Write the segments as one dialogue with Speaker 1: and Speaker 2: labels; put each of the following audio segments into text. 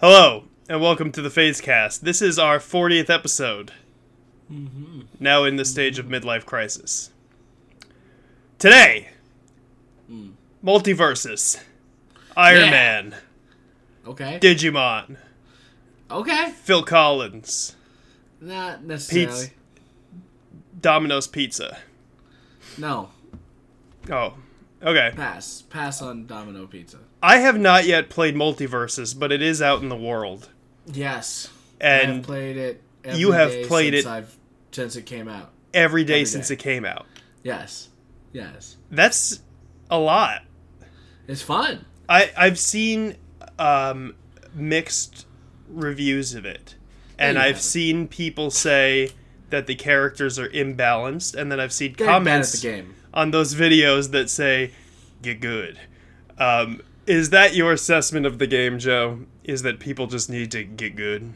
Speaker 1: Hello, and welcome to the Phasecast. This is our 40th episode.
Speaker 2: Mm-hmm.
Speaker 1: Now in the stage of midlife crisis. Today, multiverses, Iron
Speaker 2: Mm. Yeah.
Speaker 1: Man,
Speaker 2: Okay.
Speaker 1: Digimon,
Speaker 2: okay.
Speaker 1: Phil Collins,
Speaker 2: Not necessarily.
Speaker 1: Pete's Domino's Pizza.
Speaker 2: No.
Speaker 1: Oh, okay.
Speaker 2: Pass. Pass on Domino Pizza.
Speaker 1: I have not yet played multiverses, but it is out in the world.
Speaker 2: Yes. I've
Speaker 1: And
Speaker 2: played it. every
Speaker 1: you have
Speaker 2: day
Speaker 1: played
Speaker 2: since
Speaker 1: it-
Speaker 2: I've, since it came out.
Speaker 1: every day
Speaker 2: every
Speaker 1: since
Speaker 2: day.
Speaker 1: it came out.
Speaker 2: Yes. Yes.
Speaker 1: That's a lot.
Speaker 2: It's fun.
Speaker 1: I I've seen um, mixed reviews of it, and
Speaker 2: you
Speaker 1: I've
Speaker 2: haven't.
Speaker 1: seen people say that the characters are imbalanced, and then I've seen
Speaker 2: Get
Speaker 1: comments
Speaker 2: bad at the game.
Speaker 1: on those videos that say "get good." Um, is that your assessment of the game, Joe? Is that people just need to get good?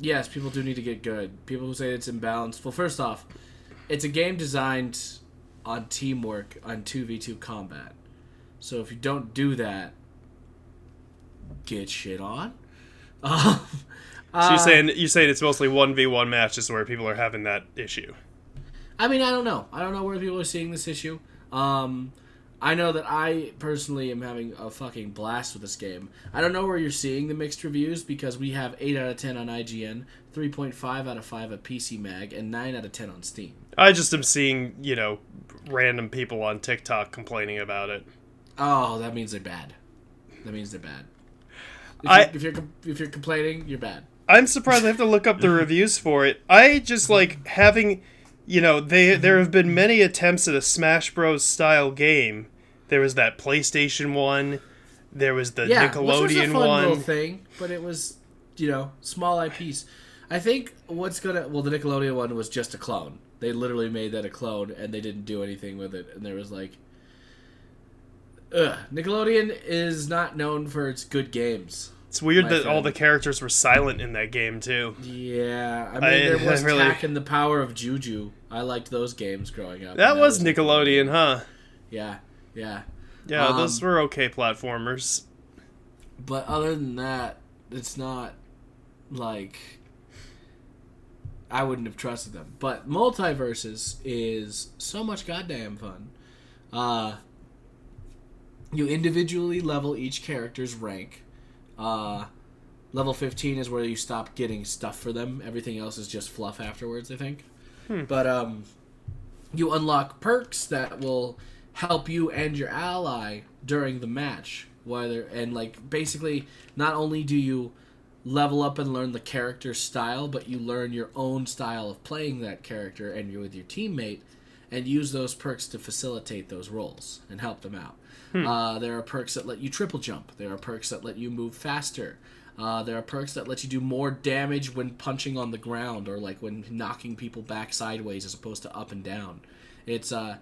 Speaker 2: Yes, people do need to get good. People who say it's imbalanced. Well, first off, it's a game designed on teamwork on 2v2 combat. So if you don't do that, get shit on. Um,
Speaker 1: So
Speaker 2: uh,
Speaker 1: you're saying you're saying it's mostly one v one matches where people are having that issue.
Speaker 2: I mean, I don't know. I don't know where people are seeing this issue. Um, I know that I personally am having a fucking blast with this game. I don't know where you're seeing the mixed reviews because we have 8 out of 10 on IGN, 3.5 out of 5 at PC Mag, and 9 out of 10 on Steam.
Speaker 1: I just am seeing you know random people on TikTok complaining about it.
Speaker 2: Oh, that means they're bad. That means they're bad. If,
Speaker 1: I-
Speaker 2: you're, if you're com- if you're complaining, you're bad.
Speaker 1: I'm surprised I have to look up the reviews for it. I just like having, you know, they there have been many attempts at a Smash Bros. style game. There was that PlayStation one. There was the
Speaker 2: Yeah,
Speaker 1: Nickelodeon
Speaker 2: which was a fun little
Speaker 1: one.
Speaker 2: thing, but it was you know small IPs. I think what's gonna well the Nickelodeon one was just a clone. They literally made that a clone and they didn't do anything with it. And there was like, ugh. Nickelodeon is not known for its good games.
Speaker 1: It's weird
Speaker 2: my
Speaker 1: that all
Speaker 2: friend.
Speaker 1: the characters were silent in that game too.
Speaker 2: Yeah, I mean
Speaker 1: I-
Speaker 2: there
Speaker 1: I
Speaker 2: was
Speaker 1: really-
Speaker 2: Tack and the Power of Juju. I liked those games growing up.
Speaker 1: That
Speaker 2: and
Speaker 1: was Nickelodeon, huh?
Speaker 2: Yeah, yeah.
Speaker 1: Yeah,
Speaker 2: Um,
Speaker 1: those were okay platformers.
Speaker 2: But other than that, it's not like I wouldn't have trusted them. But multiverses is so much goddamn fun. Uh, you individually level each character's rank. Uh, level 15 is where you stop getting stuff for them. Everything else is just fluff afterwards, I think. But um, you unlock perks that will help you and your ally during the match. Whether and like basically, not only do you level up and learn the character's style, but you learn your own style of playing that character and you're with your teammate and use those perks to facilitate those roles and help them out. Uh, there are perks that let you triple jump. There are perks that let you move faster. Uh, there are perks that let you do more damage when punching on the ground or like when knocking people back sideways as opposed to up and down. It's uh,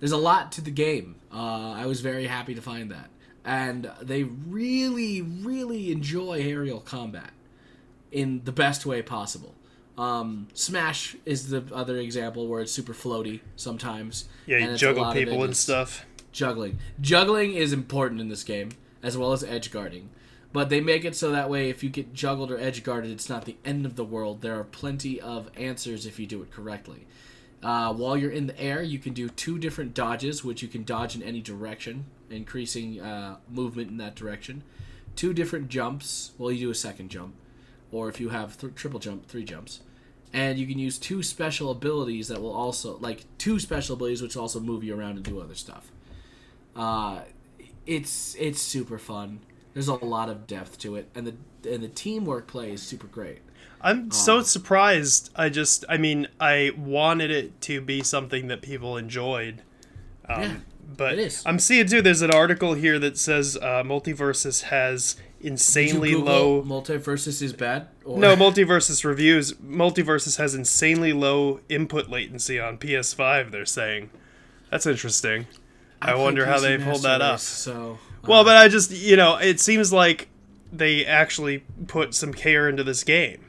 Speaker 2: there's a lot to the game. Uh, I was very happy to find that, and they really, really enjoy aerial combat in the best way possible. Um, Smash is the other example where it's super floaty sometimes.
Speaker 1: Yeah,
Speaker 2: and
Speaker 1: you
Speaker 2: it's a
Speaker 1: juggle
Speaker 2: lot of
Speaker 1: people
Speaker 2: it
Speaker 1: and
Speaker 2: is-
Speaker 1: stuff.
Speaker 2: juggling. Juggling is important in this game, as well as edge guarding. But they make it so that way if you get juggled or edge guarded, it's not the end of the world. There are plenty of answers if you do it correctly. Uh, while you're in the air, you can do two different dodges, which you can dodge in any direction, increasing uh, movement in that direction. Two different jumps. Well, you do a second jump, or if you have th- triple jump, three jumps. And you can use two special abilities that will also, like, two special abilities which also move you around and do other stuff uh, it's it's super fun. There's a lot of depth to it, and the and the teamwork play is super great.
Speaker 1: I'm
Speaker 2: Um,
Speaker 1: so surprised. I just, I mean, I wanted it to be something that people enjoyed.
Speaker 2: yeah,
Speaker 1: But
Speaker 2: It is.
Speaker 1: I'm seeing too. There's an article here that says uh, Multiversus has
Speaker 2: Did you
Speaker 1: insanely low.
Speaker 2: Google multiversus is bad. Or,
Speaker 1: No, Multiversus reviews. Multiversus has insanely low input latency on PS5. They're saying that's interesting. I,
Speaker 2: play
Speaker 1: wonder how
Speaker 2: PC
Speaker 1: they pulled that
Speaker 2: Master
Speaker 1: up.
Speaker 2: Race, So
Speaker 1: Well, but I just you know it seems like they actually put some care into this game.
Speaker 2: uh,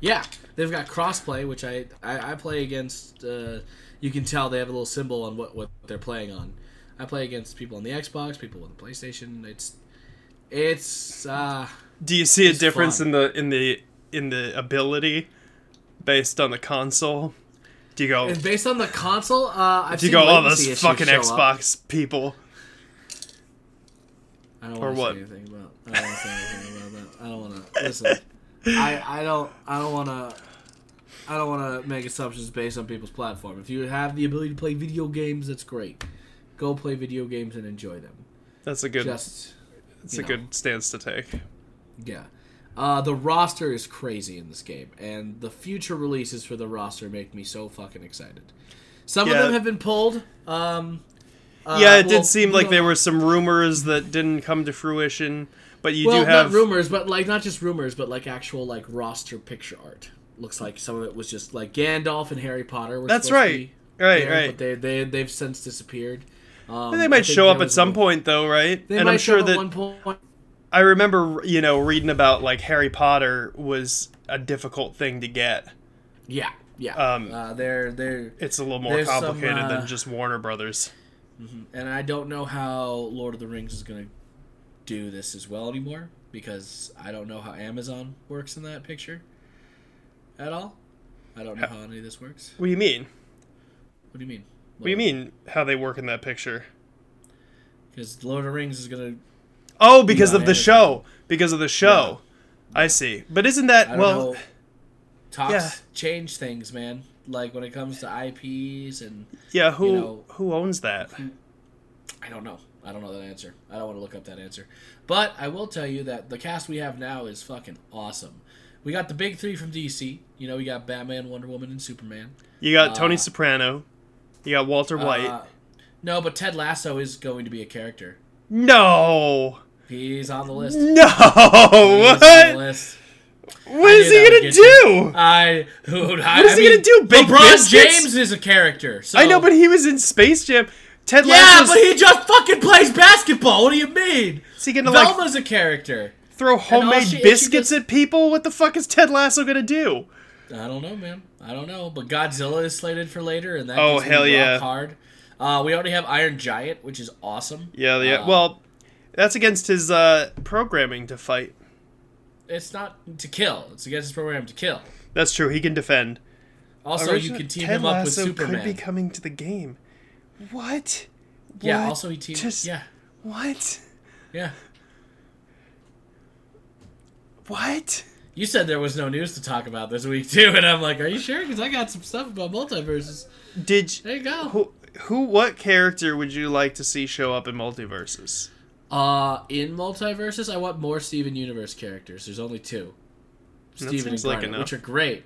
Speaker 2: yeah, they've got crossplay, which I I, I play against. Uh, you can tell they have a little symbol on what what they're playing on. I play against people on the Xbox, people on the PlayStation. It's It's uh
Speaker 1: Do you see a
Speaker 2: It's
Speaker 1: difference
Speaker 2: fun.
Speaker 1: in the in the in the ability based on the console? Do you go?
Speaker 2: and based on the console, uh I've
Speaker 1: Do you
Speaker 2: seen
Speaker 1: go? All
Speaker 2: latency
Speaker 1: those
Speaker 2: issues
Speaker 1: fucking
Speaker 2: show up."
Speaker 1: Xbox people.
Speaker 2: I don't
Speaker 1: Or
Speaker 2: want to
Speaker 1: what?
Speaker 2: say anything about. I don't want to say anything about that. I don't want to listen. I I don't I don't want to. I don't want to make assumptions based on people's platform. If you have the ability to play video games, that's great. Go play video games and enjoy them.
Speaker 1: That's a good.
Speaker 2: Just
Speaker 1: that's
Speaker 2: you
Speaker 1: a
Speaker 2: know.
Speaker 1: good stance to take.
Speaker 2: yeah. Uh, the roster is crazy in this game, and the future releases for the roster make me so fucking excited. Some
Speaker 1: Yeah.
Speaker 2: of them have been pulled. Um, uh,
Speaker 1: yeah, it
Speaker 2: well,
Speaker 1: did seem like
Speaker 2: no,
Speaker 1: there were some rumors that didn't come to fruition, but you
Speaker 2: well,
Speaker 1: do have
Speaker 2: not rumors, but like not just rumors, but like actual like roster picture art. Looks like some of it was just like Gandalf and Harry Potter. Were
Speaker 1: That's
Speaker 2: supposed to
Speaker 1: right.
Speaker 2: be
Speaker 1: Right,
Speaker 2: there,
Speaker 1: right.
Speaker 2: But they they they've since disappeared. Um,
Speaker 1: they
Speaker 2: I
Speaker 1: might
Speaker 2: think
Speaker 1: show
Speaker 2: there
Speaker 1: up at
Speaker 2: was
Speaker 1: some
Speaker 2: one-
Speaker 1: point though, right?
Speaker 2: They
Speaker 1: and
Speaker 2: might
Speaker 1: I'm
Speaker 2: show
Speaker 1: sure
Speaker 2: up
Speaker 1: that
Speaker 2: at one point.
Speaker 1: I remember, you know, reading about like Harry Potter was a difficult thing to get.
Speaker 2: Yeah, yeah.
Speaker 1: Um,
Speaker 2: uh, they're they're
Speaker 1: It's a little more
Speaker 2: There's some,
Speaker 1: complicated
Speaker 2: uh,
Speaker 1: than just Warner Brothers.
Speaker 2: and I don't know how Lord of the Rings is gonna do this as well anymore because I don't know how Amazon works in that picture at all. I
Speaker 1: Uh,
Speaker 2: don't know how any of this works.
Speaker 1: What do you mean?
Speaker 2: What do you mean?
Speaker 1: What do you mean how they work in that picture?
Speaker 2: Because Lord of the Rings is gonna
Speaker 1: Oh, because
Speaker 2: Yeah,
Speaker 1: of the
Speaker 2: Amazon.
Speaker 1: show. Because of the show. I see. But isn't that
Speaker 2: I
Speaker 1: well
Speaker 2: don't know. Talks
Speaker 1: yeah.
Speaker 2: change things, man. Like when it comes to IPs, and
Speaker 1: yeah, who
Speaker 2: you know-
Speaker 1: who owns that?
Speaker 2: I don't know. I don't know that answer. I don't want to look up that answer. But I will tell you that the cast we have now is fucking awesome. We got the big three from DC. You know, we got Batman, Wonder Woman, and Superman.
Speaker 1: You got
Speaker 2: Uh,
Speaker 1: Tony Soprano. You got Walter White.
Speaker 2: Uh, no, but Ted Lasso is going to be a character.
Speaker 1: no.
Speaker 2: He's on the list.
Speaker 1: No.
Speaker 2: He's On the
Speaker 1: What?
Speaker 2: list.
Speaker 1: What is
Speaker 2: knew
Speaker 1: he
Speaker 2: that
Speaker 1: going to
Speaker 2: would get
Speaker 1: do?
Speaker 2: I, dude, I,
Speaker 1: What is
Speaker 2: I
Speaker 1: he gonna
Speaker 2: mean,
Speaker 1: do, bake
Speaker 2: LeBron
Speaker 1: biscuits?
Speaker 2: James is a character. So
Speaker 1: I know, but he was in Space Jam. Ted
Speaker 2: Yeah,
Speaker 1: Lasso's
Speaker 2: but he just fucking plays basketball. What do you mean?
Speaker 1: is he going to like
Speaker 2: Velma's a character.
Speaker 1: throw homemade
Speaker 2: she- and she
Speaker 1: biscuits
Speaker 2: just-
Speaker 1: at people? What the fuck is Ted Lasso going to do?
Speaker 2: I don't know, man. I don't know, but Godzilla is slated for later, and that
Speaker 1: Oh,
Speaker 2: gives me
Speaker 1: hell
Speaker 2: rock
Speaker 1: yeah.
Speaker 2: hard. Uh, we already have Iron Giant, which is awesome.
Speaker 1: Yeah, yeah.
Speaker 2: Uh,
Speaker 1: well, that's against his uh, programming to fight.
Speaker 2: it's not to kill; it's against his program to kill.
Speaker 1: That's true. He can defend.
Speaker 2: Also, you
Speaker 1: Originally,
Speaker 2: can team
Speaker 1: Ted
Speaker 2: him up with
Speaker 1: Lasso
Speaker 2: Superman.
Speaker 1: could be coming to the game. What?
Speaker 2: yeah,
Speaker 1: What?
Speaker 2: also he teams.
Speaker 1: Just-
Speaker 2: Yeah,
Speaker 1: What?
Speaker 2: yeah.
Speaker 1: What?
Speaker 2: You said there was no news to talk about this week too, and I'm like, are you sure? Because I got some stuff about multiverses.
Speaker 1: Did
Speaker 2: There you go.
Speaker 1: who? Who? What character would you like to see show up in multiverses?
Speaker 2: Uh, in multiverses, I want more Steven Universe characters. There's only two, Steven and
Speaker 1: seems like
Speaker 2: Garnet,
Speaker 1: enough.
Speaker 2: which are great.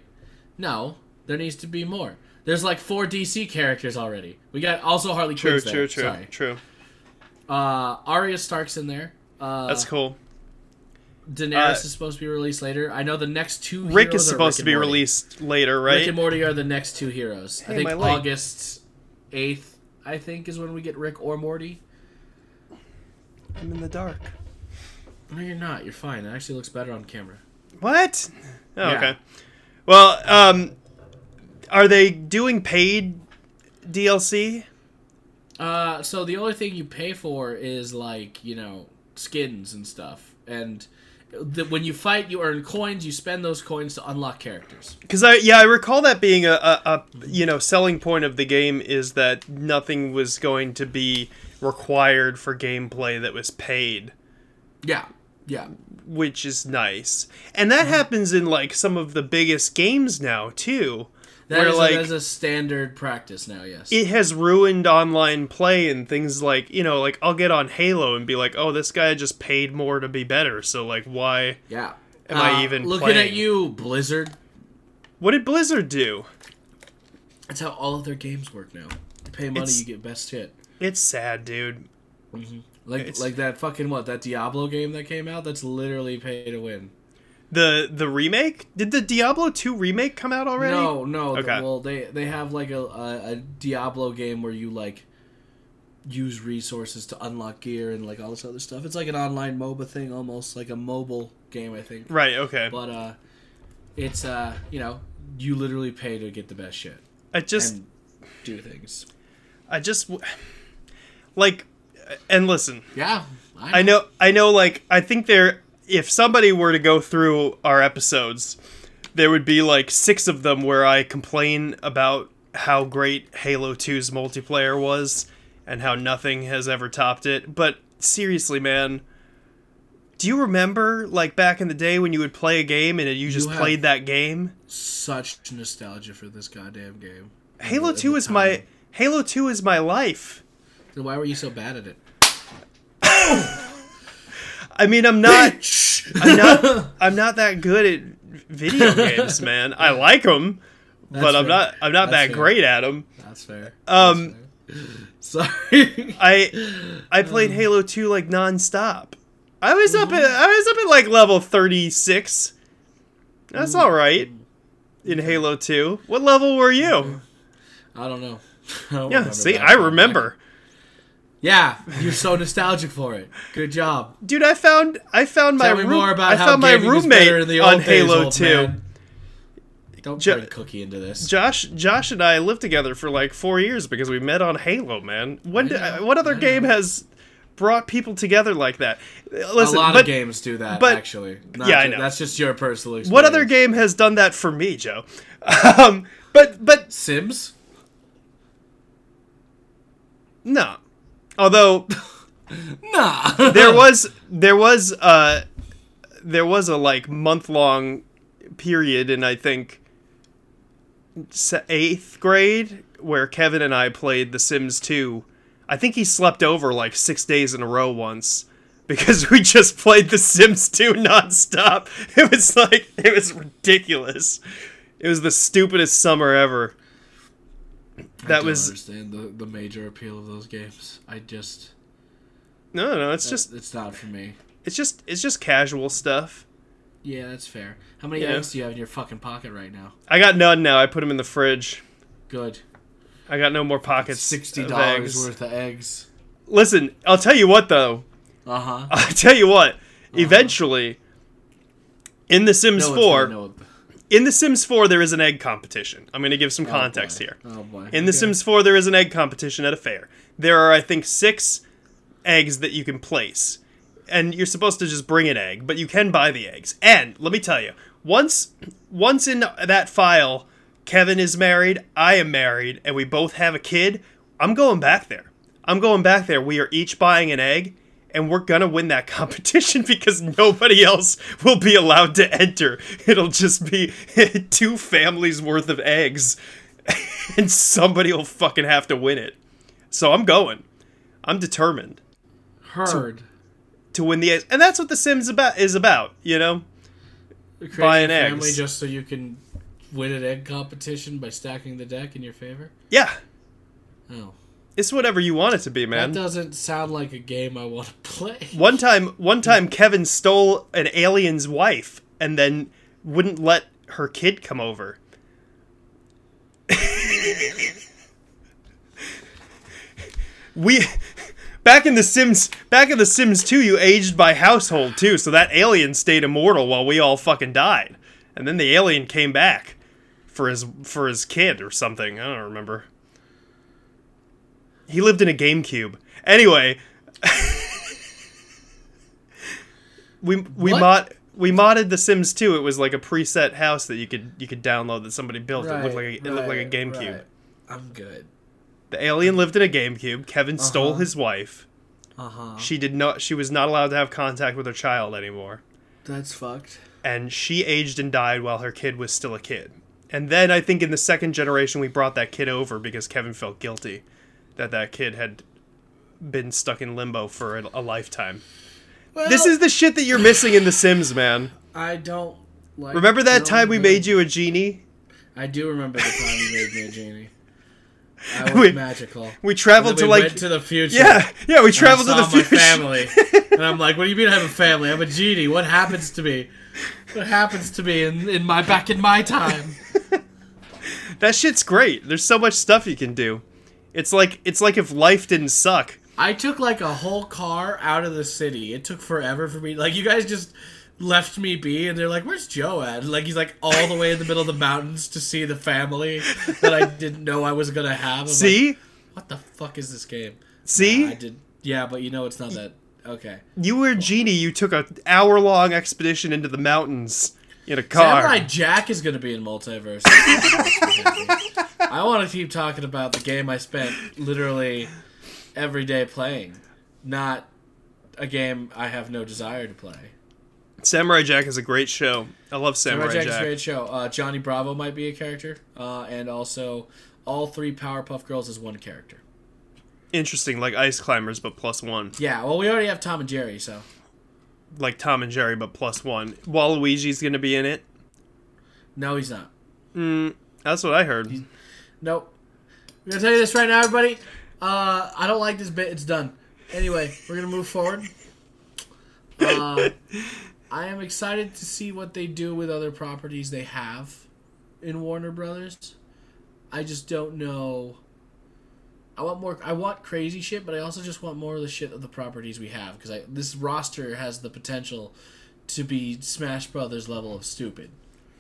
Speaker 2: No, there needs to be more. There's like four DC characters already. We got also Harley
Speaker 1: True,
Speaker 2: Quinn's there.
Speaker 1: true, true,
Speaker 2: Sorry.
Speaker 1: true.
Speaker 2: Uh, Arya Stark's in there. Uh,
Speaker 1: That's cool.
Speaker 2: Daenerys
Speaker 1: uh,
Speaker 2: is supposed to be released later. I know the next two.
Speaker 1: Rick
Speaker 2: heroes
Speaker 1: is
Speaker 2: are
Speaker 1: supposed
Speaker 2: Rick
Speaker 1: to be
Speaker 2: and Morty.
Speaker 1: released later,
Speaker 2: Rick
Speaker 1: right?
Speaker 2: and Morty are the next two heroes. I
Speaker 1: Hey,
Speaker 2: think
Speaker 1: my leg.
Speaker 2: August eighth. I think is when we get Rick or Morty.
Speaker 1: I'm in the dark.
Speaker 2: No, you're not. You're fine. It actually looks better on camera.
Speaker 1: What? Oh,
Speaker 2: Yeah.
Speaker 1: Okay. Well, um, are they doing paid DLC?
Speaker 2: Uh, so the only thing you pay for is like you know skins and stuff, and the, when you fight, you earn coins. You spend those coins to unlock characters.
Speaker 1: Because I yeah I recall that being a, a, a you know selling point of the game is that nothing was going to be required for gameplay that was paid,
Speaker 2: Yeah, yeah,
Speaker 1: which is nice, and
Speaker 2: Mm-hmm.
Speaker 1: that happens in like some of the biggest games now too,
Speaker 2: that
Speaker 1: where
Speaker 2: is,
Speaker 1: like
Speaker 2: that is a standard practice now. Yes,
Speaker 1: it has ruined online play and things like you know like I'll get on Halo and be like oh this guy just paid more to be better so like why
Speaker 2: yeah. Uh,
Speaker 1: Am I even
Speaker 2: looking
Speaker 1: playing?
Speaker 2: at you, Blizzard?
Speaker 1: what did Blizzard do?
Speaker 2: That's how all of their games work now. You pay money,
Speaker 1: It's-
Speaker 2: you get best hit. Mm-hmm.
Speaker 1: It's sad, dude.
Speaker 2: Like
Speaker 1: It's-
Speaker 2: like that fucking what that Diablo game that came out. That's literally pay to win.
Speaker 1: The the remake did the Diablo two remake come out already?
Speaker 2: No, no. th-
Speaker 1: Okay.
Speaker 2: well, they they have like a, a a Diablo game where you like use resources to unlock gear and like all this other stuff. It's like an online MOBA thing, almost like a mobile game, I think.
Speaker 1: Right. Okay.
Speaker 2: But uh, it's uh, you know, you literally pay to get the best shit
Speaker 1: I just
Speaker 2: and do things.
Speaker 1: I just w- like and listen,
Speaker 2: Yeah,
Speaker 1: I know, I know. Like, I think there. If somebody were to go through our episodes, there would be like six of them where I complain about how great Halo 2's multiplayer was and how nothing has ever topped it. But seriously, man, do you remember like back in the day when you would play a game and you just
Speaker 2: have-
Speaker 1: played that game?
Speaker 2: Such nostalgia for this goddamn game.
Speaker 1: Halo
Speaker 2: At the
Speaker 1: 2 is
Speaker 2: time.
Speaker 1: my Halo 2 is my life.
Speaker 2: Then why were you so bad at it?
Speaker 1: I mean, I'm not I'm not I'm not that good at video games, man. I like them, but I'm
Speaker 2: fair.
Speaker 1: not I'm not
Speaker 2: That's
Speaker 1: that
Speaker 2: fair.
Speaker 1: great at them.
Speaker 2: That's fair.
Speaker 1: Um,
Speaker 2: That's fair. sorry.
Speaker 1: I I played Halo 2 like nonstop. I was up
Speaker 2: Mm-hmm.
Speaker 1: at I was up at like level 36. That's
Speaker 2: Mm-hmm.
Speaker 1: all right. In Halo 2. What level were you?
Speaker 2: I don't know. I don't
Speaker 1: Yeah,
Speaker 2: Mm-hmm. remember
Speaker 1: see,
Speaker 2: that
Speaker 1: I
Speaker 2: far back.
Speaker 1: remember.
Speaker 2: Yeah, you're so nostalgic for it. Good job.
Speaker 1: Dude, I found I found my
Speaker 2: Tell me
Speaker 1: room,
Speaker 2: more about
Speaker 1: I
Speaker 2: how
Speaker 1: found my
Speaker 2: gaming was better in
Speaker 1: roommate
Speaker 2: the old
Speaker 1: on
Speaker 2: days,
Speaker 1: Halo
Speaker 2: old
Speaker 1: 2.
Speaker 2: man. Don't
Speaker 1: Jo-
Speaker 2: bring Cookie into this.
Speaker 1: Josh, Josh and I lived together for like four years because we met on Halo. Man, when did,
Speaker 2: know,
Speaker 1: what other
Speaker 2: I know.
Speaker 1: game has brought people together like that? Uh, Listen,
Speaker 2: a lot
Speaker 1: but
Speaker 2: of games do that,
Speaker 1: but-
Speaker 2: actually. Not
Speaker 1: yeah, I
Speaker 2: ju-
Speaker 1: know.
Speaker 2: That's just your personal experience.
Speaker 1: what other game has done that for me, Joe? Um, but but
Speaker 2: Sims?
Speaker 1: no. Although
Speaker 2: Nah.
Speaker 1: there was there was uh there was a like month long period in I think se- eighth grade where Kevin and I played The Sims 2. I think he slept over like six days in a row once because we just played The Sims 2 nonstop. It was like it was ridiculous. It was the stupidest summer ever.
Speaker 2: I
Speaker 1: That
Speaker 2: don't
Speaker 1: was
Speaker 2: understand the, the major appeal of those games. I just.
Speaker 1: no, no. It's just,
Speaker 2: It's not for me.
Speaker 1: it's just, it's just casual stuff.
Speaker 2: Yeah, that's fair. How many
Speaker 1: Yeah.
Speaker 2: eggs do you have in your fucking pocket right now?
Speaker 1: I got none now. I put them in the fridge.
Speaker 2: Good.
Speaker 1: I got no more pockets.
Speaker 2: Sixty
Speaker 1: of
Speaker 2: dollars
Speaker 1: eggs.
Speaker 2: worth of eggs.
Speaker 1: Listen, I'll tell you what though.
Speaker 2: Uh huh.
Speaker 1: I'll tell you what.
Speaker 2: Uh-huh.
Speaker 1: Eventually, in The Sims 4, in The Sims 4, there is an egg competition. I'm going to give some context here.
Speaker 2: Oh boy.
Speaker 1: In The
Speaker 2: Okay.
Speaker 1: Sims 4, there is an egg competition at a fair. There are, I think, six eggs that you can place. And you're supposed to just bring an egg, but you can buy the eggs. And let me tell you, once once in that file, Kevin is married, I am married, and we both have a kid, I'm going back there. I'm going back there. We are each buying an egg, and we're gonna win that competition because nobody else will be allowed to enter. It'll just be two families worth of eggs and somebody will fucking have to win it. So I'm going. I'm determined
Speaker 2: Heard.
Speaker 1: to win the and that's what The Sims about is about. You know,
Speaker 2: Creating
Speaker 1: buying
Speaker 2: a family
Speaker 1: eggs.
Speaker 2: just so you can win an egg competition by stacking the deck in your favor.
Speaker 1: yeah,
Speaker 2: Oh,
Speaker 1: it's whatever you want it to be,
Speaker 2: that
Speaker 1: man.
Speaker 2: doesn't sound like a game I want to play.
Speaker 1: One time, one time, Kevin stole an alien's wife and then wouldn't let her kid come over. we back in the Sims, back in the Sims 2, you aged by household too, so that alien stayed immortal while we all fucking died. And then the alien came back for his for his kid or something. I don't remember. He lived in a GameCube. Anyway, we we
Speaker 2: What?
Speaker 1: mod we modded the Sims 2. It was like a preset house that you could you could download that somebody built. it looked like a, it looked like a
Speaker 2: right,
Speaker 1: GameCube.
Speaker 2: right. I'm good.
Speaker 1: The alien lived in a GameCube. Kevin stole
Speaker 2: Uh-huh.
Speaker 1: his wife.
Speaker 2: Uh huh.
Speaker 1: She did not. She was not allowed to have contact with her child anymore,
Speaker 2: That's fucked.
Speaker 1: and she aged and died while her kid was still a kid. And then I think in the second generation we brought that kid over because Kevin felt guilty that that kid had been stuck in limbo for a, a lifetime.
Speaker 2: Well,
Speaker 1: This is the shit that you're missing in The Sims, man.
Speaker 2: I don't like.
Speaker 1: Remember that
Speaker 2: no,
Speaker 1: time we
Speaker 2: no.
Speaker 1: made you a genie?
Speaker 2: I do remember the time you made me a genie. I was
Speaker 1: We-
Speaker 2: magical.
Speaker 1: We traveled
Speaker 2: And then
Speaker 1: to like
Speaker 2: we went to the future.
Speaker 1: yeah, yeah. We traveled to
Speaker 2: I
Speaker 1: the
Speaker 2: saw my
Speaker 1: future.
Speaker 2: family. and I'm like, what do you mean I have a family? I'm a genie. What happens to me? What happens to me in, in my back in my time?
Speaker 1: That shit's great. There's so much stuff you can do. It's like it's like if life didn't suck.
Speaker 2: I took like a whole car out of the city. It took forever for me. Like you guys just left me be and they're like, Where's Joe at? And, like he's like all the way in the middle of the mountains to see the family that I didn't know I was gonna have. I'm like,
Speaker 1: See?
Speaker 2: what the fuck is this game?
Speaker 1: See?
Speaker 2: I did yeah, but you know it's not that Okay.
Speaker 1: You were a genie. You took an hour long expedition into the mountains in a car.
Speaker 2: Samurai Jack is going to be in multiverse. I want to keep talking about the game I spent literally every day playing, not a game I have no desire to play.
Speaker 1: Samurai Jack is a great show. I love Samurai,
Speaker 2: Samurai Jack, is a
Speaker 1: Jack.
Speaker 2: great show. Uh, Johnny Bravo might be a character, uh, and also all three Powerpuff Girls is one character.
Speaker 1: Interesting, like Ice Climbers, but plus one.
Speaker 2: Yeah, well, we already have Tom and Jerry, so
Speaker 1: Like Tom and Jerry, but plus one. Waluigi's going to be in it.
Speaker 2: no, he's not.
Speaker 1: That's what I heard.
Speaker 2: Nope. I'm gonna tell you this right now, everybody. Uh, I don't like this bit. It's done. Anyway, we're gonna move forward. Uh, I am excited to see what they do with other properties they have in Warner Brothers. I just don't know. I want more. I want crazy shit, but I also just want more of the shit of the properties we have because this roster has the potential to be Smash Brothers level of stupid.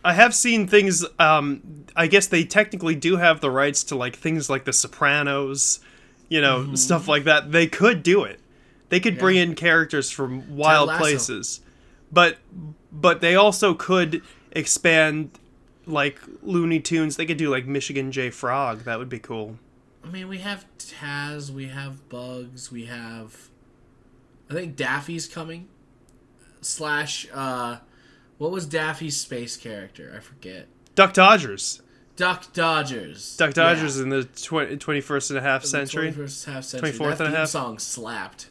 Speaker 1: I have seen things. Um, I guess they technically do have the rights to like things like The Sopranos, you know,
Speaker 2: Mm-hmm.
Speaker 1: stuff like that. They could do it. They could bring in characters from wild
Speaker 2: Lasso.
Speaker 1: places, but but they also could expand like Looney Tunes. They could do like Michigan J Frog. That would be cool.
Speaker 2: I mean, we have Taz, we have Bugs, we have. I think Daffy's coming. Slash, uh, what was Daffy's space character? I forget.
Speaker 1: Duck Dodgers.
Speaker 2: Duck Dodgers.
Speaker 1: Duck Dodgers in the twi- 21st and a half century.
Speaker 2: First half century.
Speaker 1: 24th
Speaker 2: that
Speaker 1: and a
Speaker 2: theme
Speaker 1: half?
Speaker 2: song slapped.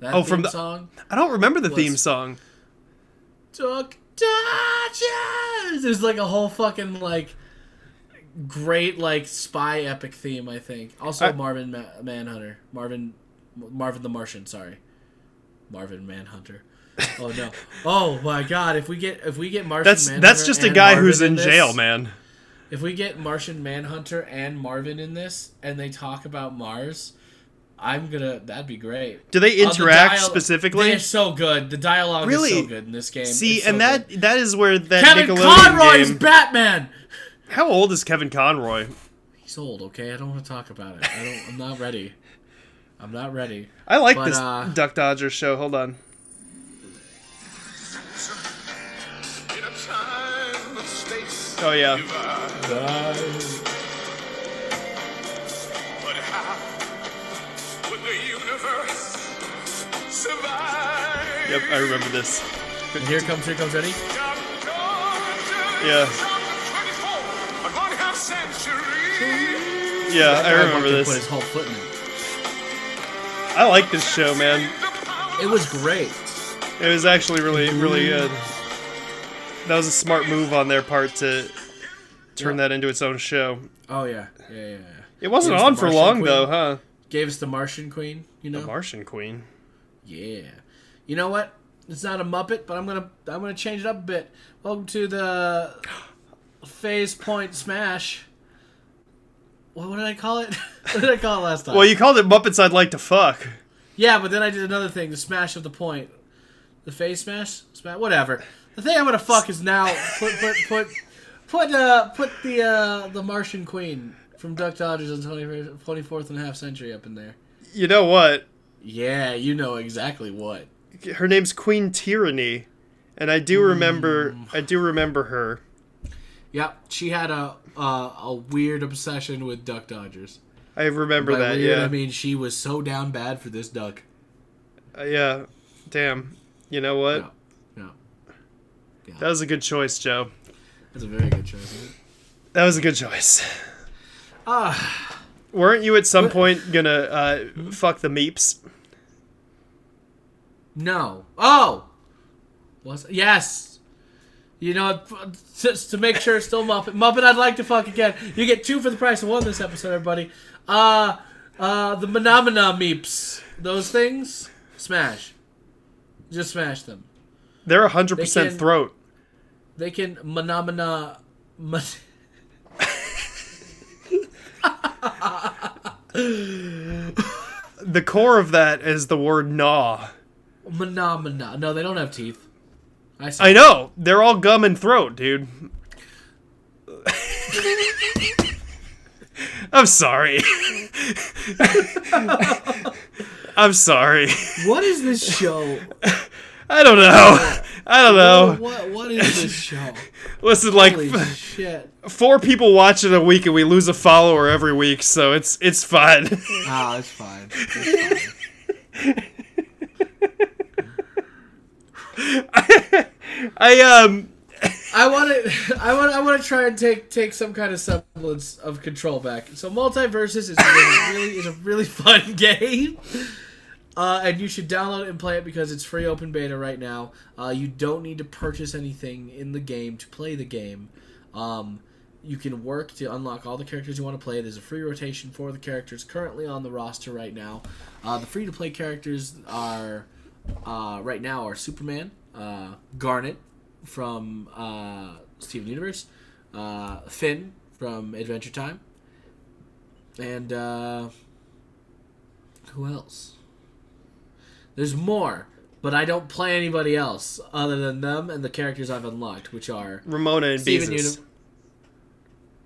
Speaker 2: That
Speaker 1: Oh,
Speaker 2: oh,
Speaker 1: from
Speaker 2: from
Speaker 1: the-
Speaker 2: song.
Speaker 1: I don't remember the theme
Speaker 2: Was-
Speaker 1: song.
Speaker 2: Duck Dodgers. There's like a whole fucking like great like spy epic theme. I think also
Speaker 1: I-
Speaker 2: Marvin Ma- Manhunter, Marvin, Marvin the Martian. Sorry, Marvin Manhunter. Oh no! oh my God! If we get if we get Martian,
Speaker 1: That's
Speaker 2: Manhunter
Speaker 1: that's just a
Speaker 2: and
Speaker 1: guy
Speaker 2: Marvin
Speaker 1: who's in
Speaker 2: this-
Speaker 1: jail, man.
Speaker 2: If we get Martian Manhunter and Marvin in this, and they talk about Mars, I'm gonna. That'd be great.
Speaker 1: Do they
Speaker 2: Oh, the
Speaker 1: interact
Speaker 2: dial-
Speaker 1: specifically?
Speaker 2: They're so good. The dialogue is
Speaker 1: Really?
Speaker 2: so good in this game.
Speaker 1: See,
Speaker 2: It's so
Speaker 1: and that
Speaker 2: good.
Speaker 1: that is where that
Speaker 2: Kevin
Speaker 1: Nickelodeon
Speaker 2: Conroy's
Speaker 1: game.
Speaker 2: Batman.
Speaker 1: How old is Kevin Conroy?
Speaker 2: He's old, okay? I don't want to talk about it. I don't. I'm not ready. I'm not ready.
Speaker 1: I like
Speaker 2: But,
Speaker 1: this
Speaker 2: uh,
Speaker 1: Duck Dodgers show. Hold on.
Speaker 3: In a time of states
Speaker 1: Oh yeah,
Speaker 3: divide, but how would the universe survive?
Speaker 1: yep, I remember this.
Speaker 2: And here comes, here comes, ready?
Speaker 3: Young Georgia
Speaker 1: Yeah.
Speaker 3: is on the 24th, and one half century.
Speaker 1: Yeah, Uh, I
Speaker 2: Guy
Speaker 1: remember
Speaker 2: wanted to Put
Speaker 1: this.
Speaker 2: his whole foot in it.
Speaker 1: I like this show, Oh, man.
Speaker 3: The power
Speaker 2: It was great.
Speaker 1: It was actually really, really good. That was a smart move on their part to turn that into its own show.
Speaker 2: Oh yeah, yeah, yeah. yeah.
Speaker 1: It wasn't
Speaker 2: Gave us
Speaker 1: on
Speaker 2: the
Speaker 1: for
Speaker 2: Martian
Speaker 1: long
Speaker 2: Queen.
Speaker 1: though, huh?
Speaker 2: Gave us the Martian Queen. You know.
Speaker 1: Martian Queen.
Speaker 2: yeah. You know what? It's not a Muppet, but I'm gonna I'm gonna change it up a bit. Welcome to the Phase Point Smash. What, what did I call it? what did I call it last time?
Speaker 1: Well, you called it Muppets I'd Like to Fuck.
Speaker 2: Yeah, but then I did another thing, the smash of the point. The face smash? Smash whatever. The thing I'm gonna fuck is now put put put put uh put the uh the Martian Queen from Duck Dodgers in 20 24th and a half century up in there.
Speaker 1: You know what?
Speaker 2: Yeah, you know exactly what.
Speaker 1: her name's Queen Tyranny, and I
Speaker 2: Hmm.
Speaker 1: do remember I do remember her.
Speaker 2: Yep, she had a uh, a weird obsession with Duck Dodgers.
Speaker 1: I remember
Speaker 2: By
Speaker 1: that.
Speaker 2: weird,
Speaker 1: yeah,
Speaker 2: I mean she was so down bad for this duck.
Speaker 1: Uh, yeah. Damn. You know what?
Speaker 2: No, no,
Speaker 1: That was a good choice, Joe.
Speaker 2: that's a very good choice. Isn't it?
Speaker 1: That was a good choice.
Speaker 2: Ah, Hmm?
Speaker 1: Weren't you at some point gonna uh, fuck the Meeps?
Speaker 2: No. Oh. Was yes. You know, just to make sure it's still Muppet. Muppet, I'd like to fuck again. You get two for the price of one this episode, everybody. Uh, uh, the Menomina meeps. Those things, smash. Just smash them.
Speaker 1: They're hundred percent
Speaker 2: They can-
Speaker 1: throat.
Speaker 2: They can Menomina. Mon-
Speaker 1: The core of that is the word gnaw.
Speaker 2: Menomina. No, they don't have teeth. I see.
Speaker 1: I know they're all gum and throat, dude. I'm sorry. I'm sorry.
Speaker 2: What is this show?
Speaker 1: I don't know. I don't know.
Speaker 2: What what is this show?
Speaker 1: Listen, like
Speaker 2: Holy
Speaker 1: f-
Speaker 2: shit.
Speaker 1: four people watch it a week, and we lose a follower every week, so it's it's fine.
Speaker 2: Ah, it's fine. It's fine.
Speaker 1: I um.
Speaker 2: I want to, I want, I want to try and take take some kind of semblance of control back. So multiverses is really, really is a really fun game, uh, and you should download it and play it because it's free open beta right now. Uh, you don't need to purchase anything in the game to play the game. Um, you can work to unlock all the characters you want to play. There's a free rotation for the characters currently on the roster right now. Uh, the free to play characters are uh, right now are Superman, uh, Garnet from uh, Steven Universe, uh, Finn from Adventure Time, and uh, who else? There's more, but I don't play anybody else other than them and the characters I've unlocked, which are
Speaker 1: Ramona and
Speaker 2: Steven
Speaker 1: Beezus.
Speaker 2: Uni-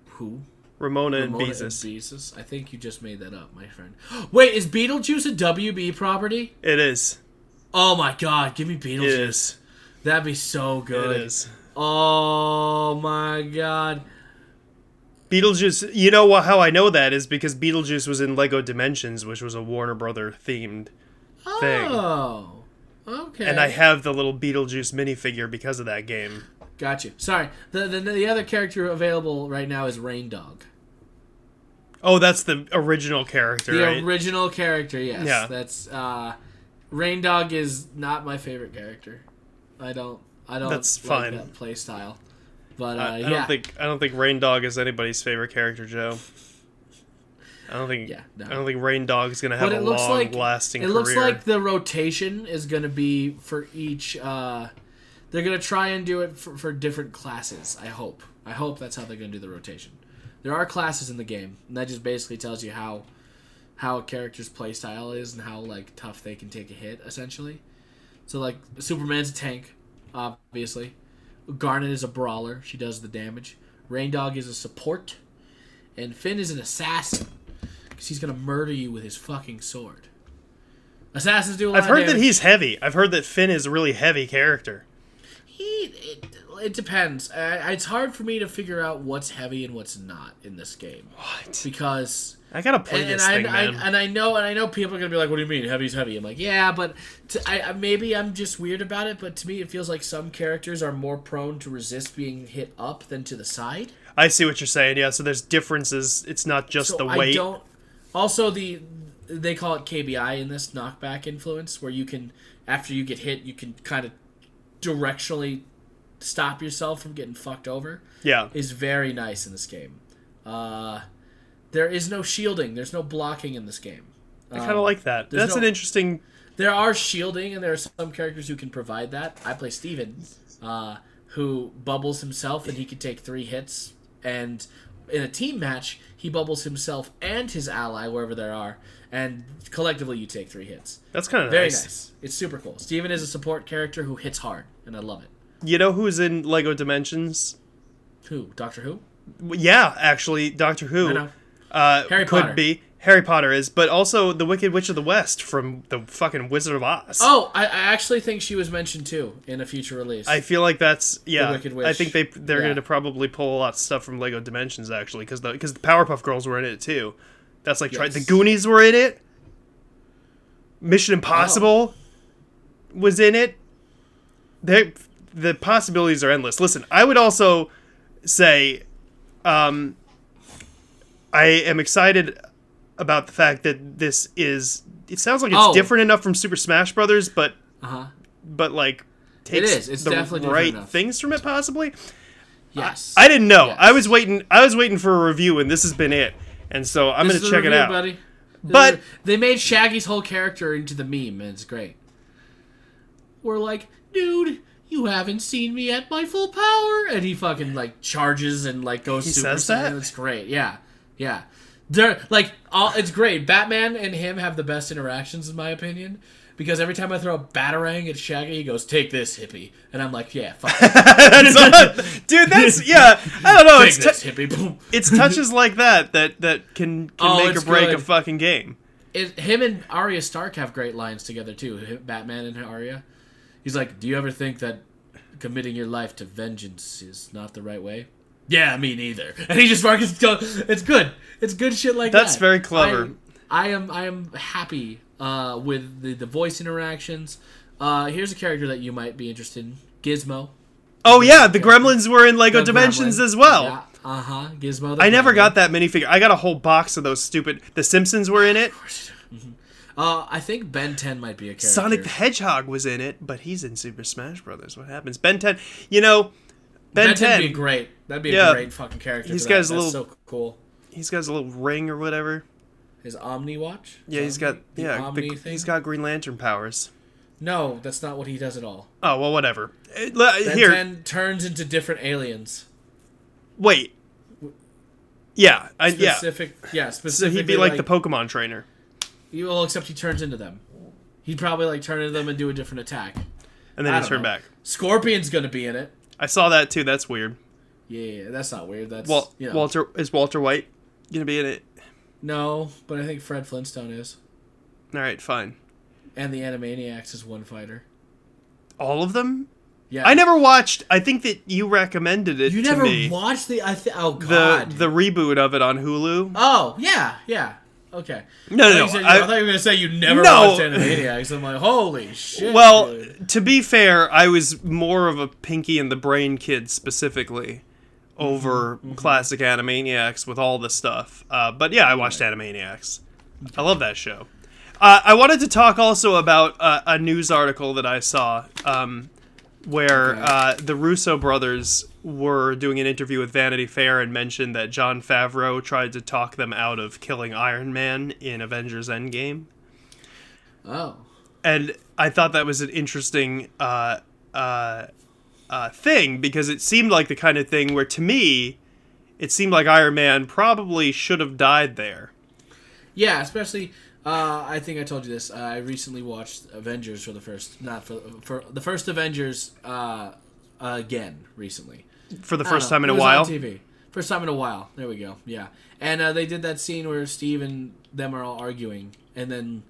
Speaker 2: Who?
Speaker 1: Ramona and
Speaker 2: Ramona
Speaker 1: Beezus.
Speaker 2: and Beezus? I think you just made that up, my friend. Wait, is Beetlejuice a WB property?
Speaker 1: It is.
Speaker 2: Oh my god, give me Beetlejuice.
Speaker 1: It is.
Speaker 2: That'd be so
Speaker 1: It
Speaker 2: good.
Speaker 1: is.
Speaker 2: Oh my god.
Speaker 1: Beetlejuice. You know wha- how I know that is because Beetlejuice was in Lego Dimensions, which was a Warner Brother themed, Thing.
Speaker 2: Oh. Okay.
Speaker 1: and I have the little Beetlejuice minifigure because of that game.
Speaker 2: got you. Sorry. The, the the other character available right now is Rain Dog.
Speaker 1: Oh, that's the original character,
Speaker 2: The
Speaker 1: right?
Speaker 2: original character, yes.
Speaker 1: Yeah.
Speaker 2: That's uh Rain Dog is not my favorite character. I don't I don't
Speaker 1: That's
Speaker 2: like
Speaker 1: fine.
Speaker 2: that play style. But uh
Speaker 1: I, I
Speaker 2: yeah.
Speaker 1: don't think I don't think Rain Dog is anybody's favorite character, Joe. I don't think
Speaker 2: Yeah, no.
Speaker 1: I don't think Rain Dog is gonna have
Speaker 2: but
Speaker 1: a
Speaker 2: it looks
Speaker 1: long
Speaker 2: like
Speaker 1: lasting
Speaker 2: it looks
Speaker 1: career.
Speaker 2: like the rotation is going to be for each uh they're going to try and do it for, for different classes i hope i hope that's how they're going to do the rotation there are classes in the game and that just basically tells you how how a character's playstyle is and how like tough they can take a hit essentially so like superman's a tank obviously garnet is a brawler she does the damage rain dog is a support and finn is an assassin because he's gonna murder you with his fucking sword assassins do a lot
Speaker 1: I've heard
Speaker 2: of
Speaker 1: that
Speaker 2: damage.
Speaker 1: he's heavy. I've heard that Finn is a really heavy character.
Speaker 2: He, it, it depends. I, it's hard for me to figure out what's heavy and what's not in this game
Speaker 1: What?
Speaker 2: because,
Speaker 1: I gotta play
Speaker 2: and, and
Speaker 1: this
Speaker 2: I,
Speaker 1: thing,
Speaker 2: I
Speaker 1: man.
Speaker 2: and I know and I know people are gonna be like, "What do you mean heavy's heavy?" I'm like, "Yeah, but to, I, I- maybe I'm just weird about it." But to me, it feels like some characters are more prone to resist being hit up than to the side.
Speaker 1: I see what you're saying. Yeah, so there's differences. It's not just
Speaker 2: So
Speaker 1: the
Speaker 2: I
Speaker 1: weight.
Speaker 2: don't. Also, the they call it KBI in this knockback influence, where you can after you get hit, you can kind of directionally stop yourself from getting fucked over.
Speaker 1: yeah,
Speaker 2: is very nice in this game. Uh, there is no shielding. There's no blocking in this game.
Speaker 1: I kind of like that.
Speaker 2: um, there's
Speaker 1: That's
Speaker 2: no-
Speaker 1: an interesting.
Speaker 2: There are shielding, and there are some characters who can provide that. I play Steven, uh, who bubbles himself, and he can take three hits. And in a team match, he bubbles himself and his ally, wherever there are, and collectively you take three hits.
Speaker 1: That's kind of
Speaker 2: Very
Speaker 1: nice.
Speaker 2: nice. It's super cool. Steven is a support character who hits hard, and I love it.
Speaker 1: You know who's in Lego Dimensions?
Speaker 2: Who? Doctor Who?
Speaker 1: W- Yeah, actually, Doctor Who.
Speaker 2: I know.
Speaker 1: Uh,
Speaker 2: Harry
Speaker 1: could
Speaker 2: Potter.
Speaker 1: be Harry Potter is, but also the Wicked Witch of the West from the fucking Wizard of Oz.
Speaker 2: Oh, I, I actually think she was mentioned too in a future release.
Speaker 1: I feel like that's yeah.
Speaker 2: Wicked
Speaker 1: I
Speaker 2: Witch.
Speaker 1: think they they're
Speaker 2: Yeah.
Speaker 1: going to probably pull a lot of stuff from Lego Dimensions actually because the because the Powerpuff Girls were in it too. That's like tri- the
Speaker 2: Yes.
Speaker 1: Goonies were in it. Mission Impossible
Speaker 2: Oh.
Speaker 1: was in it. They the possibilities are endless. Listen, I would also say, um, I am excited about the fact that this is. It sounds like it's
Speaker 2: Oh.
Speaker 1: different enough from Super Smash Brothers, but
Speaker 2: Uh huh.
Speaker 1: but like takes
Speaker 2: is. It's
Speaker 1: the
Speaker 2: definitely different
Speaker 1: right
Speaker 2: enough.
Speaker 1: things from it possibly.
Speaker 2: Yes.
Speaker 1: I didn't know.
Speaker 2: Yes.
Speaker 1: I was waiting I was waiting for a review and this has been it. And so I'm
Speaker 2: This
Speaker 1: going to
Speaker 2: is a
Speaker 1: check it
Speaker 2: review,
Speaker 1: out.
Speaker 2: buddy. This is
Speaker 1: But-
Speaker 2: a- they made Shaggy's whole character into the meme, and it's great. We're like, dude, you haven't seen me at my full power, and he fucking like charges and like goes.
Speaker 1: He
Speaker 2: super
Speaker 1: says
Speaker 2: Saiyan.
Speaker 1: that?
Speaker 2: It's great. Yeah, yeah. They're like, all, it's great. Batman and him have the best interactions, in my opinion. Because every time I throw a batarang at Shaggy, he goes, "Take this, hippie," and I'm like, "Yeah, fuck, take
Speaker 1: That's all- dude, that's yeah. I don't know. Oh, It's
Speaker 2: this,
Speaker 1: t-
Speaker 2: hippie." Boom.
Speaker 1: it's touches like that that that can, can
Speaker 2: Oh,
Speaker 1: make or
Speaker 2: it's
Speaker 1: break a
Speaker 2: good.
Speaker 1: fucking game.
Speaker 2: it, him and Arya Stark have great lines together too. Him- Batman and Arya. He's like, "Do you ever think that committing your life to vengeance is not the right way?" Yeah, me neither. And he just fucking go. It's good. It's good shit like
Speaker 1: That's
Speaker 2: that.
Speaker 1: very clever.
Speaker 2: I, I am. I am happy uh, with the the voice interactions. Uh, here's a character that you might be interested in: Gizmo.
Speaker 1: Oh yeah, the Gremlins were in Lego
Speaker 2: The
Speaker 1: Dimensions
Speaker 2: Gremlin.
Speaker 1: as well.
Speaker 2: Yeah. Uh huh. Gizmo. The
Speaker 1: I never
Speaker 2: Gremlin.
Speaker 1: got that minifigure. I got a whole box of those stupid. The Simpsons were in it.
Speaker 2: Uh, I think Ben Ten might be a character.
Speaker 1: Sonic the Hedgehog was in it, but he's in Super Smash Brothers. What happens? Ben 10. You know, Ben
Speaker 2: Ben Ten
Speaker 1: 10.
Speaker 2: would be great. That'd be
Speaker 1: Yeah.
Speaker 2: a great fucking character.
Speaker 1: He's
Speaker 2: for
Speaker 1: got
Speaker 2: that.
Speaker 1: his
Speaker 2: That's
Speaker 1: little-
Speaker 2: so cool.
Speaker 1: he's got his little ring or whatever.
Speaker 2: His Omni watch.
Speaker 1: Yeah, he's got
Speaker 2: The
Speaker 1: yeah,
Speaker 2: Omni
Speaker 1: the,
Speaker 2: thing?
Speaker 1: he's got Green Lantern powers.
Speaker 2: No, that's not what he does at all.
Speaker 1: Oh well, whatever. Eh, le-
Speaker 2: Ben
Speaker 1: Here,
Speaker 2: Ten turns into different aliens.
Speaker 1: wait. Yeah, I, yeah.
Speaker 2: Specific. Yeah,
Speaker 1: So
Speaker 2: specifically.
Speaker 1: he'd be like, the Pokemon trainer.
Speaker 2: the. Well, except he turns into them. He'd probably like turn into them and do a different attack.
Speaker 1: And then
Speaker 2: I
Speaker 1: he
Speaker 2: don't
Speaker 1: turned
Speaker 2: know.
Speaker 1: back.
Speaker 2: Scorpion's gonna be in it.
Speaker 1: I saw that too. That's weird.
Speaker 2: Yeah, that's not weird. That's
Speaker 1: Wal-
Speaker 2: you know.
Speaker 1: Walter is Walter White gonna be in it?
Speaker 2: No, but I think Fred Flintstone is,
Speaker 1: All right, fine.
Speaker 2: and the Animaniacs is one fighter.
Speaker 1: All of them?
Speaker 2: Yeah,
Speaker 1: I never watched. I think that you recommended it.
Speaker 2: You
Speaker 1: to
Speaker 2: never
Speaker 1: me.
Speaker 2: watched the? I th- oh
Speaker 1: the
Speaker 2: god.
Speaker 1: the reboot of it on Hulu.
Speaker 2: oh yeah, yeah. Okay.
Speaker 1: No, no,
Speaker 2: You said-
Speaker 1: no.
Speaker 2: I,
Speaker 1: I-
Speaker 2: thought you were gonna say you never
Speaker 1: No.
Speaker 2: watched Animaniacs. I'm like, holy shit.
Speaker 1: well,
Speaker 2: dude.
Speaker 1: to be fair, I was more of a Pinky and the Brain kid specifically over classic Animaniacs with all the stuff. Uh, but yeah, I watched Animaniacs. I love that show. Uh, I wanted to talk also about uh, a news article that I saw um, where uh, the Russo brothers were doing an interview with Vanity Fair and mentioned that John Favreau tried to talk them out of killing Iron Man in Avengers Endgame
Speaker 2: oh,
Speaker 1: and I thought that was an interesting uh, uh, uh, thing because it seemed like the kind of thing where, to me, it seemed like Iron Man probably should have died there.
Speaker 2: yeah. Especially, uh, I think I told you this. I recently watched Avengers for the first, not for for the first Avengers uh, again recently.
Speaker 1: For the
Speaker 2: I don't
Speaker 1: first
Speaker 2: know.
Speaker 1: time in
Speaker 2: Oh, It
Speaker 1: a
Speaker 2: was
Speaker 1: while,
Speaker 2: On TV. First time in a while. There we go. Yeah. And uh, they did that scene where Steve and them are all arguing, and then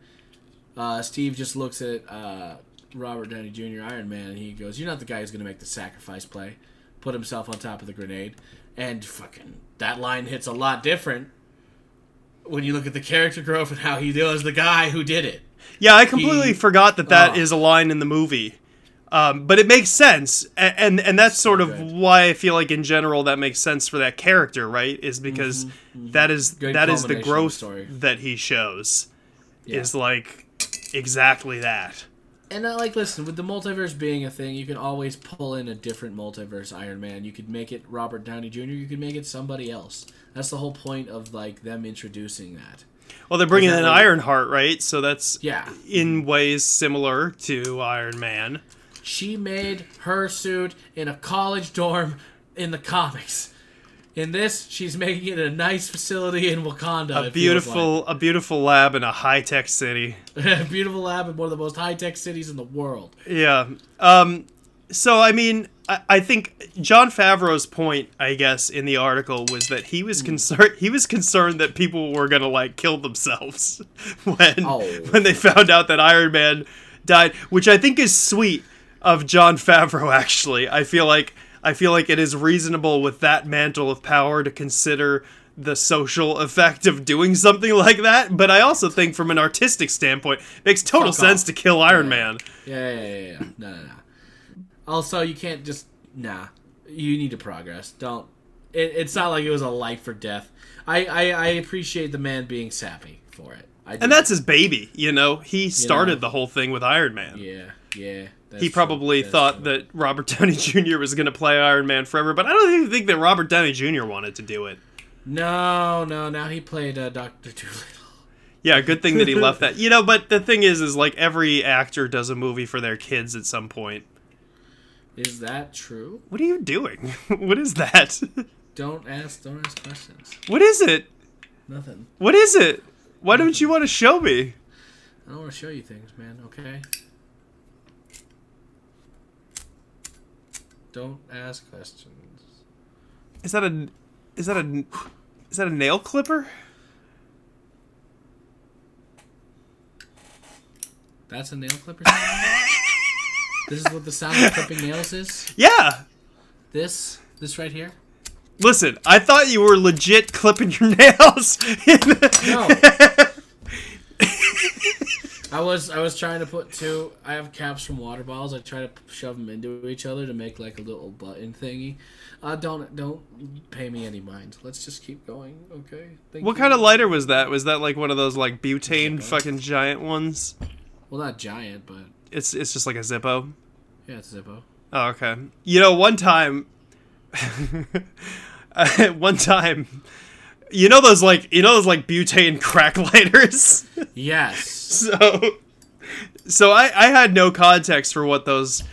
Speaker 2: uh, Steve just looks at uh, Robert Downey Jr. Iron Man, and he goes, "You're not the guy who's going to make the sacrifice play." Put himself on top of the grenade, and fucking that line hits a lot different when you look at the character growth and how he was the guy who did it.
Speaker 1: yeah, I completely
Speaker 2: He-
Speaker 1: forgot that that is
Speaker 2: Oh.
Speaker 1: a line in the movie. Um, but it makes sense, and and, and that's sort of
Speaker 2: good.
Speaker 1: why I feel like in general that makes sense for that character, right? Is because that is
Speaker 2: Mm-hmm, Good
Speaker 1: that is the
Speaker 2: culmination of the
Speaker 1: growth
Speaker 2: story.
Speaker 1: that he shows
Speaker 2: Yeah.
Speaker 1: is like exactly that.
Speaker 2: And I like listen with the multiverse being a thing, you can always pull in a different multiverse Iron Man. You could make it Robert Downey Jr. You could make it somebody else. That's the whole point of like them introducing that.
Speaker 1: Well, they're bringing
Speaker 2: Is that
Speaker 1: in
Speaker 2: like-
Speaker 1: Ironheart, right? So that's
Speaker 2: Yeah,
Speaker 1: in ways similar to Iron Man.
Speaker 2: she made her suit in a college dorm in the comics. In this, she's making it in a nice facility in Wakanda. it feels
Speaker 1: Beautiful, a beautiful lab in a high tech city.
Speaker 2: like. beautiful lab in one of the most high tech cities in the world.
Speaker 1: Yeah. Um. So I mean, I, I think John Favreau's point, I guess, in the article was that he was
Speaker 2: Hmm.
Speaker 1: concerned. He was concerned that people were gonna like kill themselves when
Speaker 2: Oh.
Speaker 1: when they found out that Iron Man died, which I think is sweet of John Favreau. Actually, I feel like I feel like it is reasonable with that mantle of power to consider the social effect of doing something like that. But I also think, from an artistic standpoint, makes total
Speaker 2: Fuck
Speaker 1: sense
Speaker 2: off.
Speaker 1: to kill Iron Man.
Speaker 2: Yeah, yeah, yeah, yeah. No, no, no. Also, you can't just nah. You need to progress. Don't. It, it's not like it was a life or death. I, I I appreciate the man being sappy for it. I do.
Speaker 1: And that's his baby, you know. He started the whole thing with Iron Man.
Speaker 2: yeah, yeah. That's
Speaker 1: he
Speaker 2: true.
Speaker 1: probably
Speaker 2: That's
Speaker 1: thought
Speaker 2: true.
Speaker 1: that Robert Downey Jr. was going to play Iron Man forever, but I don't even think that Robert Downey Jr. wanted to do it.
Speaker 2: No, no. Now he played uh, Doctor Doolittle.
Speaker 1: Yeah, good thing that he left that. You know, but the thing is, is like every actor does a movie for their kids at some point.
Speaker 2: Is that true?
Speaker 1: What are you doing? what is that?
Speaker 2: Don't ask. Don't ask questions.
Speaker 1: what is it?
Speaker 2: Nothing.
Speaker 1: What is it? Why don't you want to show me?
Speaker 2: I don't want to show you things, man. Okay. Don't ask questions.
Speaker 1: Is that a is that a is that a nail clipper?
Speaker 2: That's a nail clipper sound. this is what the sound of clipping nails is.
Speaker 1: Yeah.
Speaker 2: This, this right here.
Speaker 1: Listen, I thought you were legit clipping your nails.
Speaker 2: No. I was I was trying to put two. I have caps from water bottles. I try to shove them into each other to make like a little button thingy. Uh, don't don't pay me any mind. Let's just keep going, okay? Thank
Speaker 1: What
Speaker 2: you.
Speaker 1: kind of lighter was that? Was that like one of those like butane fucking giant ones?
Speaker 2: Well, not giant, but
Speaker 1: It's it's just like a Zippo.
Speaker 2: yeah, it's Zippo.
Speaker 1: Oh, okay. You know, one time, uh, one time, you know those like you know those like butane crack lighters.
Speaker 2: Yes.
Speaker 1: so, so I I had no context for what those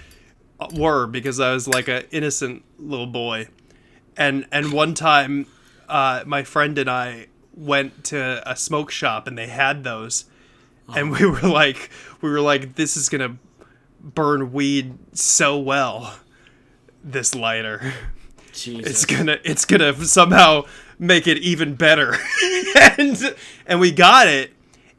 Speaker 1: were because I was like a innocent little boy, and and one time, uh, my friend and I went to a smoke shop and they had those, and we were like we were like this is gonna burn weed so well, this lighter it's
Speaker 2: Jesus.
Speaker 1: gonna it's gonna somehow make it even better and and we got it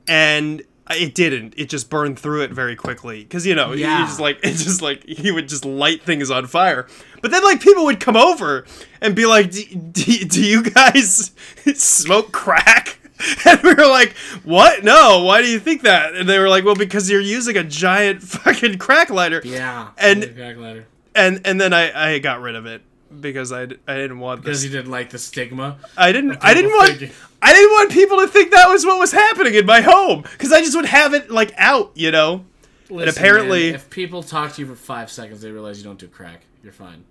Speaker 1: and it didn't it just burned through it very quickly because you know you
Speaker 2: Yeah.
Speaker 1: just like it's just like he would just light things on fire but then like people would come over and be like "D- d- do you guys smoke crack and we were like what no why do you think that and they were like well because you're using a giant fucking crack lighter
Speaker 2: Yeah.
Speaker 1: And-
Speaker 2: the crack lighter.
Speaker 1: and and then i i got rid of it because i, d- I didn't want this
Speaker 2: Because he didn't like the stigma.
Speaker 1: I didn't. I didn't want.
Speaker 2: thinking.
Speaker 1: I didn't want people to think that was what was happening in my home because I just would have it like out, you know.
Speaker 2: Listen,
Speaker 1: apparently-
Speaker 2: man, if people talk to you for five seconds, they realize you don't do crack. You're fine.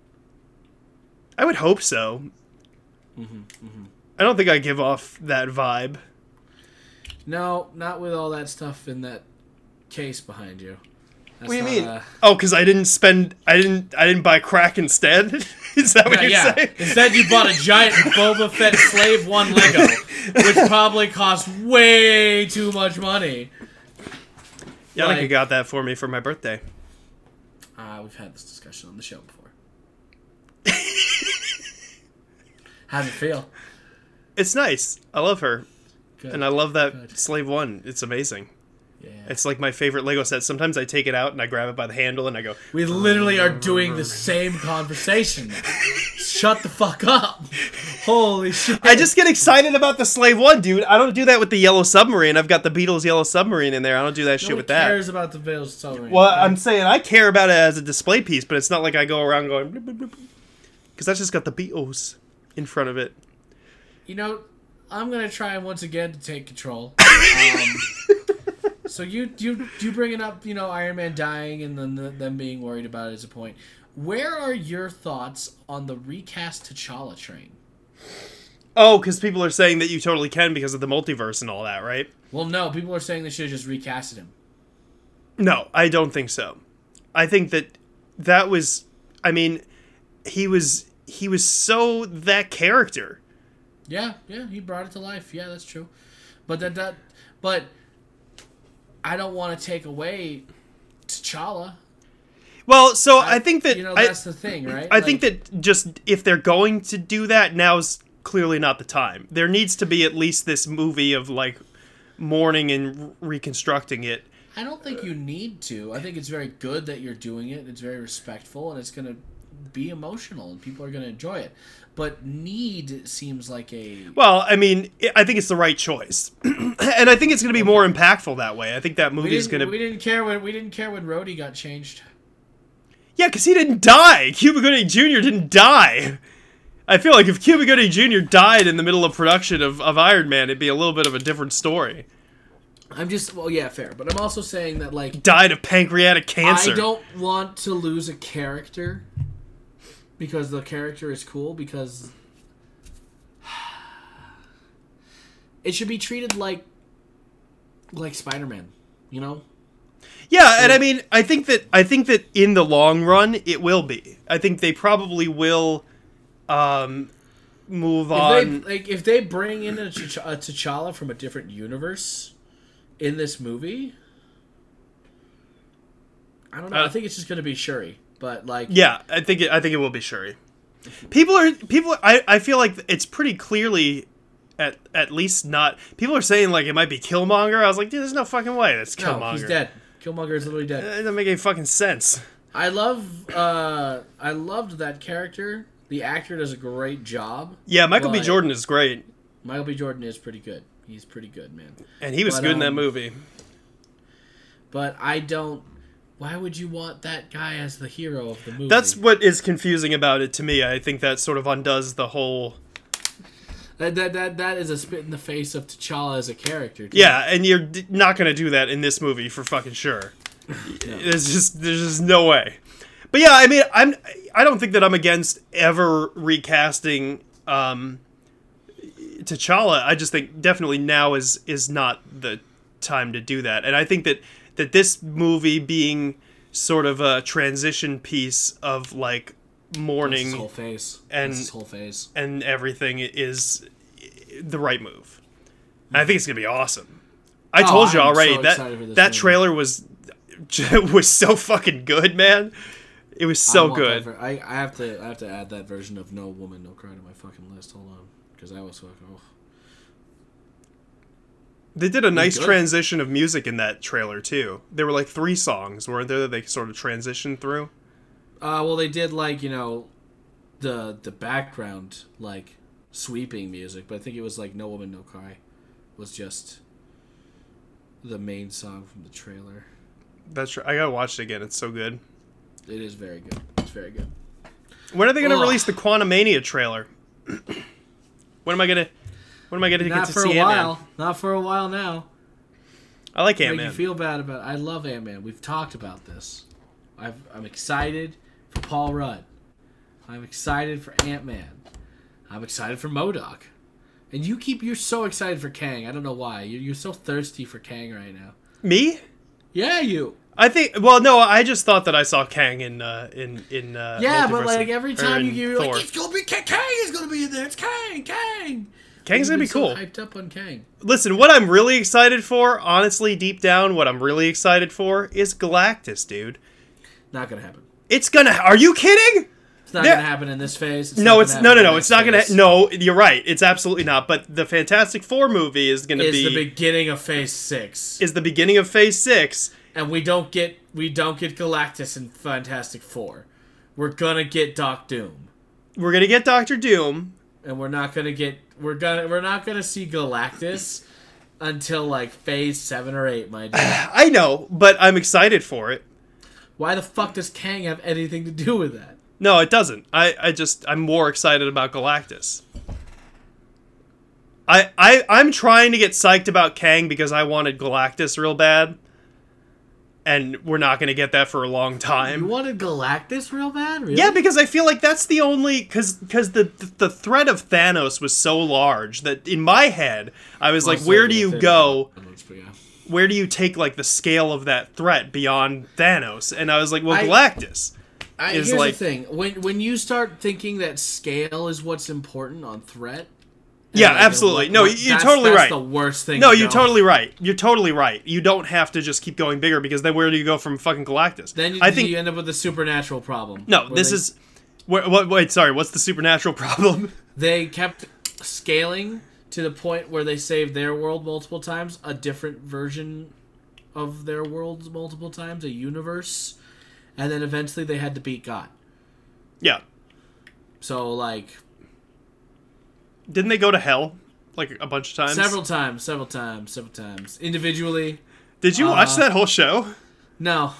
Speaker 1: I would hope so. I don't think I give off that vibe.
Speaker 2: No, not with all that stuff in that case behind you. That's not, uh,
Speaker 1: oh, because I didn't spend. I didn't. I didn't buy crack instead. Is that what
Speaker 2: yeah,
Speaker 1: you're
Speaker 2: yeah.
Speaker 1: saying?
Speaker 2: Instead, you bought a giant Boba Fett Slave One Lego, which probably cost way too much money.
Speaker 1: Yannicka
Speaker 2: like-
Speaker 1: got that for me for my birthday.
Speaker 2: Uh, we've had this discussion on the show before. How's it feel?
Speaker 1: It's nice. I love her,
Speaker 2: Good.
Speaker 1: and I love that
Speaker 2: Good.
Speaker 1: slave one. It's amazing.
Speaker 2: yeah.
Speaker 1: It's like my favorite Lego set. Sometimes I take it out and I grab it by the handle and I go,
Speaker 2: We literally are doing the same conversation. Shut the fuck up! Holy shit!
Speaker 1: I just get excited about the Slave One, dude. I don't do that with the Yellow Submarine. I've got the Beatles Yellow Submarine in there. I don't do that shit
Speaker 2: Nobody
Speaker 1: with that.
Speaker 2: cares about the Veil's Submarine.
Speaker 1: Well, I'm saying I care about it as a display piece, but it's not like I go around going because that's just got the Beatles in front of it.
Speaker 2: You know, I'm gonna try once again to take control. Um, so you you you bringing up you know Iron Man dying and then the, them being worried about it is a point. Where are your thoughts on the recast T'Challa train?
Speaker 1: Oh, because people are saying that you totally can because of the multiverse and all that, right?
Speaker 2: Well, no, people are saying they should have just recasted him.
Speaker 1: No, I don't think so. I think that that was I mean, he was he was so that character.
Speaker 2: Yeah, yeah, he brought it to life. Yeah, that's true. But that that but I don't want to take away T'Challa.
Speaker 1: Well, so I, think that
Speaker 2: you know
Speaker 1: I-
Speaker 2: that's the thing, right?
Speaker 1: I think that just if they're going to do that, now's clearly not the time. There needs to be at least this movie of like mourning and re- reconstructing it.
Speaker 2: I don't think you need to. I think it's very good that you're doing it. It's very respectful and it's going to be emotional and people are going to enjoy it. But need seems like a
Speaker 1: Well, I mean, I- I think it's the right choice, and I think it's going to be more impactful that way. I think that
Speaker 2: we
Speaker 1: movie is
Speaker 2: didn't,
Speaker 1: going to
Speaker 2: we didn't care when we didn't care when Rhodey got changed.
Speaker 1: yeah, because he didn't die. Cuba Gooding Jr. didn't die. I feel like if Cuba Gooding Jr. died in the middle of production of, of Iron Man, it'd be a little bit of a different story.
Speaker 2: I'm just well, yeah, fair. But I'm also saying that like
Speaker 1: Died of pancreatic cancer.
Speaker 2: I don't want to lose a character because the character is cool because it should be treated like like Spider-Man, you know?
Speaker 1: Yeah, and I mean, I think that I think that in the long run, it will be. I think they probably will um, move on.
Speaker 2: If they, like if they bring in a, T'Ch- a T'Challa from a different universe in this movie, I don't know. I
Speaker 1: Uh,
Speaker 2: think it's just gonna be Shuri, but like
Speaker 1: yeah, I think it, I think it will be Shuri. People are people. I, I feel like it's pretty clearly. At, at least not people are saying like it might be Killmonger. I was like, dude, there's no fucking way that's
Speaker 2: no,
Speaker 1: Killmonger.
Speaker 2: he's dead. Killmonger is literally dead.
Speaker 1: That doesn't make any fucking sense.
Speaker 2: I love uh I loved that character. The actor does a great job.
Speaker 1: Yeah, Michael B.
Speaker 2: But-
Speaker 1: Jordan is great,
Speaker 2: Michael B. Jordan is pretty good. He's pretty good, man.
Speaker 1: and he was
Speaker 2: But,
Speaker 1: good in that
Speaker 2: um,
Speaker 1: movie.
Speaker 2: But I don't why would you want that guy as the hero of the movie?
Speaker 1: That's what is confusing about it to me. I think that sort of undoes the whole.
Speaker 2: that that that, that is a spit in the face of T'Challa as a character. too.
Speaker 1: Yeah, and you're d- not gonna do that in this movie for fucking sure. There's just there's just no way. But yeah, I mean, I'm I don't think that I'm against ever recasting um, T'Challa. I just think definitely now is is not the time to do that. And I think that that this movie being sort of a transition piece of like
Speaker 2: That's his
Speaker 1: mourning
Speaker 2: whole face.
Speaker 1: and-
Speaker 2: That's his whole face.
Speaker 1: and everything is the right move. And I think it's gonna be awesome. I
Speaker 2: Oh,
Speaker 1: told you
Speaker 2: I'm
Speaker 1: already
Speaker 2: so excited
Speaker 1: that
Speaker 2: for this
Speaker 1: that
Speaker 2: movie.
Speaker 1: trailer was was so fucking good, man. It was
Speaker 2: I
Speaker 1: so
Speaker 2: want that
Speaker 1: good.
Speaker 2: ver- I, I have to I have to add that version of No Woman No Cry to my fucking list. Hold on, because that was fucking. Oh.
Speaker 1: They did a nice
Speaker 2: good.
Speaker 1: transition of music in that trailer too. There were like three songs, weren't there, that they sort of transitioned through.
Speaker 2: Uh, well, they did like you know, the the background like sweeping music, but I think it was like No Woman No Cry, was just the main song from the trailer.
Speaker 1: That's tr- I gotta watch it again. It's so good.
Speaker 2: It is very good. It's very good.
Speaker 1: When are they gonna
Speaker 2: Ugh.
Speaker 1: release the Quantumania trailer? when am I gonna? When am I gonna get
Speaker 2: Not
Speaker 1: to
Speaker 2: for
Speaker 1: see
Speaker 2: a while.
Speaker 1: Ant-Man?
Speaker 2: Not for a while now.
Speaker 1: I like
Speaker 2: Make
Speaker 1: Ant-Man.
Speaker 2: you feel bad about. I love Ant Man. We've talked about this. I've, I'm excited for Paul Rudd. I'm excited for Ant Man. I'm excited for Modoc. And you keep you're so excited for Kang. I don't know why. You're, you're so thirsty for Kang right now.
Speaker 1: Me?
Speaker 2: Yeah, you.
Speaker 1: I think. Well, no, I just thought that I saw Kang in uh, in in. Uh,
Speaker 2: Yeah,
Speaker 1: Multiverse
Speaker 2: but like
Speaker 1: of-
Speaker 2: every
Speaker 1: or
Speaker 2: time you
Speaker 1: in
Speaker 2: give, you're
Speaker 1: Thor.
Speaker 2: like it's gonna be Kang. Kang is gonna be in there. It's Kang. Kang.
Speaker 1: Kang's gonna be
Speaker 2: You've been
Speaker 1: cool.
Speaker 2: So hyped up on Kang.
Speaker 1: Listen, what I'm really excited for, honestly, deep down, what I'm really excited for is Galactus, dude.
Speaker 2: Not gonna happen.
Speaker 1: It's gonna. Are you kidding?
Speaker 2: It's not
Speaker 1: There-
Speaker 2: gonna happen in this phase.
Speaker 1: No, it's no, no, no. It's not gonna.
Speaker 2: No.
Speaker 1: No, you're right. It's absolutely not. But the Fantastic Four movie is gonna
Speaker 2: is
Speaker 1: be
Speaker 2: the beginning of Phase Six,
Speaker 1: is the beginning of Phase Six.
Speaker 2: and we don't get we don't get Galactus in Fantastic Four. We're gonna get Doc Doom,
Speaker 1: We're gonna get Doctor Doom.
Speaker 2: and we're not gonna get we're gonna we're not gonna see Galactus until like Phase Seven or Eight, my dude.
Speaker 1: I know, but I'm excited for it.
Speaker 2: Why the fuck does Kang have anything to do with that?
Speaker 1: No, it doesn't. I, I just I'm more excited about Galactus. I, I I'm trying to get psyched about Kang because I wanted Galactus real bad. And we're not gonna get that for a long
Speaker 2: You
Speaker 1: time.
Speaker 2: wanted Galactus real bad, really?
Speaker 1: Yeah, because I feel like that's the only because because the the threat of Thanos was so large that in my head I was like, where do you go? Where do you take like the scale of that threat beyond Thanos? And I was like, well,
Speaker 2: I-
Speaker 1: Galactus.
Speaker 2: I,
Speaker 1: is
Speaker 2: here's
Speaker 1: like-
Speaker 2: the thing: when when you start thinking that scale is what's important on threat. and,
Speaker 1: Yeah,
Speaker 2: like, and
Speaker 1: absolutely.
Speaker 2: what-
Speaker 1: No,
Speaker 2: what-
Speaker 1: you're
Speaker 2: that's-
Speaker 1: totally
Speaker 2: that's
Speaker 1: right.
Speaker 2: The worst thing.
Speaker 1: No,
Speaker 2: to
Speaker 1: you're
Speaker 2: go.
Speaker 1: totally right. You're totally right. You don't have to just keep going bigger because then where do you go from fucking Galactus?
Speaker 2: Then you,
Speaker 1: I think
Speaker 2: you end up with a supernatural problem.
Speaker 1: no.
Speaker 2: where
Speaker 1: This
Speaker 2: they-
Speaker 1: is what, what, wait. Sorry. What's the supernatural problem?
Speaker 2: they kept scaling to the point where they saved their world multiple times, a different version of their world multiple times, a universe, and then eventually they had to beat God.
Speaker 1: yeah.
Speaker 2: So like
Speaker 1: Didn't they go to hell like a bunch of times?
Speaker 2: several times, several times, several times individually.
Speaker 1: Did you
Speaker 2: uh,
Speaker 1: watch that whole show?
Speaker 2: No,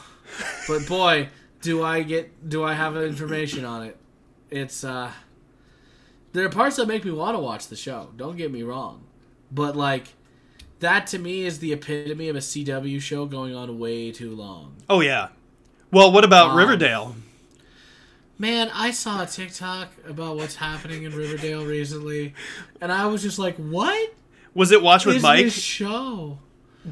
Speaker 2: but boy, do I get do I have information on it? It's uh, there are parts that make me want to watch the show. Don't get me wrong, but like that to me is the epitome of a CW show going on way too long.
Speaker 1: Oh yeah. Well, what about
Speaker 2: Um,
Speaker 1: Riverdale?
Speaker 2: Man, I saw a TikTok about what's happening in Riverdale recently, and I was just like, "What
Speaker 1: Was it Watch with
Speaker 2: is
Speaker 1: Mike?
Speaker 2: this show?"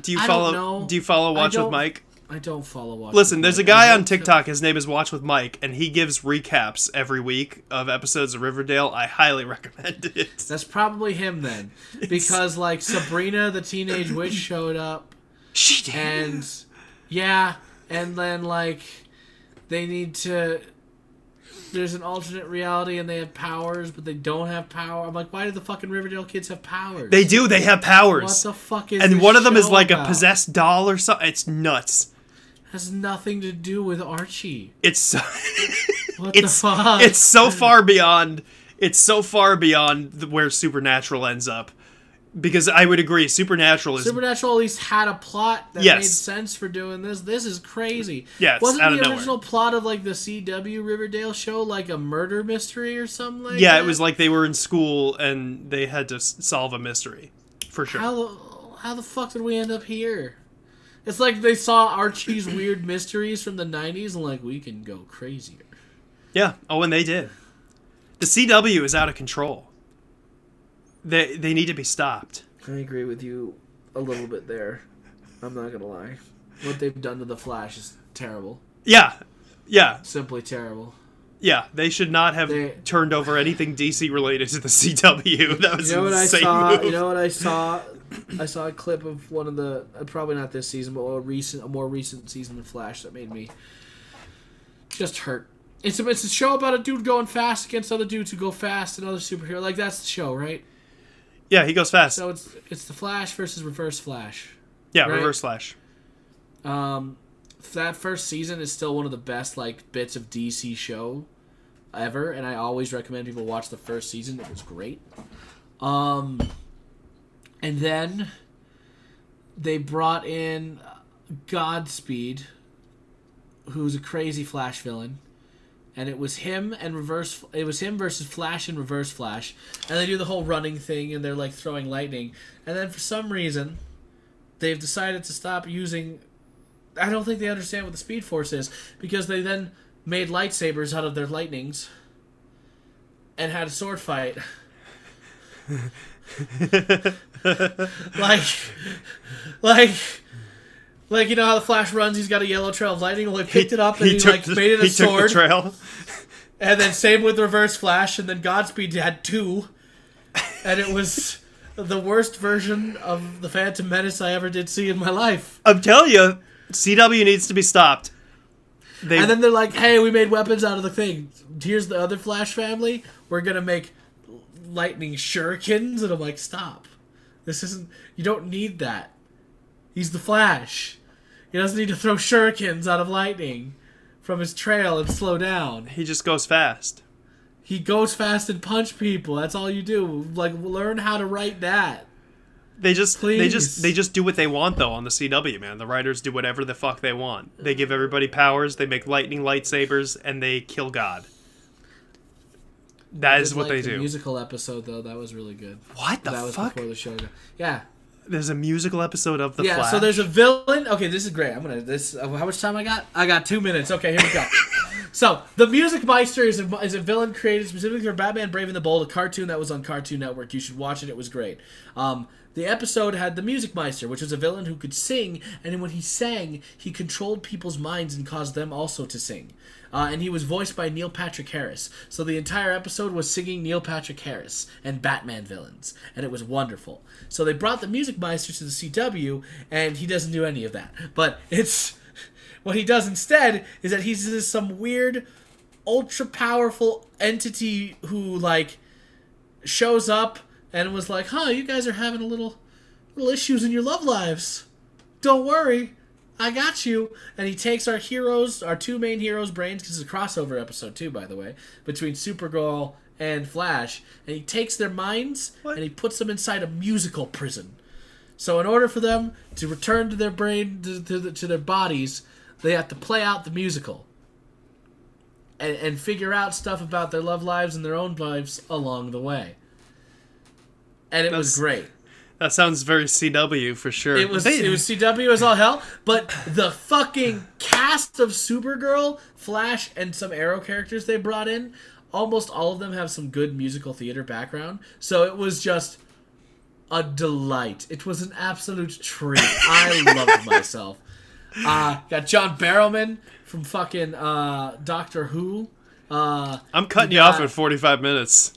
Speaker 1: do you
Speaker 2: I don't
Speaker 1: follow?
Speaker 2: know.
Speaker 1: Do you follow
Speaker 2: I
Speaker 1: Watch with
Speaker 2: don't-
Speaker 1: Mike?
Speaker 2: I don't follow. Watch
Speaker 1: Listen, there's a
Speaker 2: Mike. I
Speaker 1: guy on
Speaker 2: don't-
Speaker 1: TikTok. His name is Watch with Mike, and he gives recaps every week of episodes of Riverdale. I highly recommend it.
Speaker 2: That's probably him then, because like Sabrina the Teenage Witch showed up,
Speaker 1: She did.
Speaker 2: and yeah, and then like they need to. There's an alternate reality, and they have powers, but they don't have power. I'm like, why do the fucking Riverdale kids have powers?
Speaker 1: They do. They have powers.
Speaker 2: what the fuck is
Speaker 1: and
Speaker 2: this
Speaker 1: one of them is
Speaker 2: show
Speaker 1: like
Speaker 2: about?
Speaker 1: a possessed doll or something. It's nuts.
Speaker 2: has nothing to do with Archie.
Speaker 1: It's so,
Speaker 2: What
Speaker 1: it's
Speaker 2: the fuck?
Speaker 1: it's so far beyond it's so far beyond the- where Supernatural ends up. Because I would agree, Supernatural is
Speaker 2: Supernatural at least had a plot that
Speaker 1: Yes.
Speaker 2: made sense for doing this. This is crazy.
Speaker 1: Yeah, it's
Speaker 2: wasn't
Speaker 1: out
Speaker 2: the
Speaker 1: of nowhere.
Speaker 2: original plot of like the CW Riverdale show like a murder mystery or something? Like
Speaker 1: yeah.
Speaker 2: that?
Speaker 1: It was like they were in school and they had to s- solve a mystery for sure.
Speaker 2: how the- how the fuck did we end up here? It's like they saw Archie's weird mysteries from the '90s and like we can go crazier.
Speaker 1: Yeah. Oh, and they did. The CW is out of control. They they need to be stopped.
Speaker 2: I agree with you a little bit there. I'm not gonna lie. What they've done to the Flash is terrible.
Speaker 1: Yeah. Yeah.
Speaker 2: Simply terrible.
Speaker 1: Yeah, they should not have
Speaker 2: They-
Speaker 1: turned over anything DC related to the CW. That was
Speaker 2: You know what I
Speaker 1: insane
Speaker 2: saw?
Speaker 1: move.
Speaker 2: You know what I saw? I saw a clip of one of the uh, probably not this season, but a recent, a more recent season of Flash that made me just hurt. It's a, it's a show about a dude going fast against other dudes who go fast and other superhero. Like that's the show, right?
Speaker 1: yeah, he goes fast.
Speaker 2: So it's it's the Flash versus Reverse Flash.
Speaker 1: yeah,
Speaker 2: right.
Speaker 1: reverse flash.
Speaker 2: Um, that first season is still one of the best like bits of DC show ever, and I always recommend people watch the first season. It was great. Um, and then they brought in Godspeed, who's a crazy Flash villain. And it was him and reverse. It was him versus Flash and Reverse Flash, and they do the whole running thing, and they're like throwing lightning. And then for some reason, they've decided to stop using I don't think they understand what the Speed Force is because they then made lightsabers out of their lightnings and had a sword fight. like, like, like you know how the Flash runs? He's got a yellow trail of lightning. Well, he picked it up and he, like
Speaker 1: the,
Speaker 2: made it a
Speaker 1: he
Speaker 2: sword.
Speaker 1: Took the trail.
Speaker 2: And then same with Reverse Flash, and then Godspeed had two, and it was the worst version of the Phantom Menace I ever did see in my life.
Speaker 1: I'm telling you, CW needs to be stopped. They
Speaker 2: And then they're like, "Hey, we made weapons out of the thing. Here's the other Flash family. We're gonna make lightning shurikens." And I'm like, "Stop! This isn't. You don't need that. He's the Flash. He doesn't need to throw shurikens out of lightning from his trail and slow down.
Speaker 1: he just goes fast.
Speaker 2: He goes fast and punch people. That's all you do. Like, learn how to write that.
Speaker 1: They just they just
Speaker 2: Please.
Speaker 1: they just do what they want though on the CW man. The writers do whatever the fuck they want. They give everybody powers. They make lightning lightsabers and they kill God. That is
Speaker 2: Did
Speaker 1: what
Speaker 2: like
Speaker 1: they
Speaker 2: the
Speaker 1: do.
Speaker 2: Musical episode though, that was really good.
Speaker 1: what the
Speaker 2: that was
Speaker 1: fuck?
Speaker 2: before the show. Yeah,
Speaker 1: There's a musical episode of the
Speaker 2: yeah.
Speaker 1: Flash.
Speaker 2: So there's a villain. Okay, this is great. I'm gonna. This. Uh, how much time I got? I got two minutes. Okay, here we go. so the Music Meister is a, is a villain created specifically for Batman: Brave and the Bold, a cartoon that was on Cartoon Network. You should watch it. It was great. Um, the episode had the Music Meister, which was a villain who could sing, and when he sang, he controlled people's minds and caused them also to sing. Uh, and he was voiced by Neil Patrick Harris. So the entire episode was singing Neil Patrick Harris and Batman villains, and it was wonderful. So they brought the Music Meister to the CW, and he doesn't do any of that. But it's what he does instead is that he's just some weird, ultra powerful entity who like shows up and was like, "Huh, you guys are having a little little issues in your love lives. Don't worry, I got you." And he takes our heroes, our two main heroes' brains, because it's a crossover episode too, by the way, between Supergirl and Flash, and he takes their minds
Speaker 1: What?
Speaker 2: and he puts them inside a musical prison. So in order for them to return to their brain to, to, the, to their bodies, they have to play out the musical and, and figure out stuff about their love lives and their own lives along the way. And it was
Speaker 1: That's-
Speaker 2: great.
Speaker 1: That sounds very CW for sure.
Speaker 2: It was
Speaker 1: They-
Speaker 2: it was CW as all hell, but the fucking cast of Supergirl, Flash, and some Arrow characters they brought in, almost all of them have some good musical theater background. So it was just a delight. It was an absolute treat. I loved myself. Uh, got John Barrowman from fucking uh, Doctor Who. Uh,
Speaker 1: I'm cutting you off
Speaker 2: got-
Speaker 1: at 45 minutes.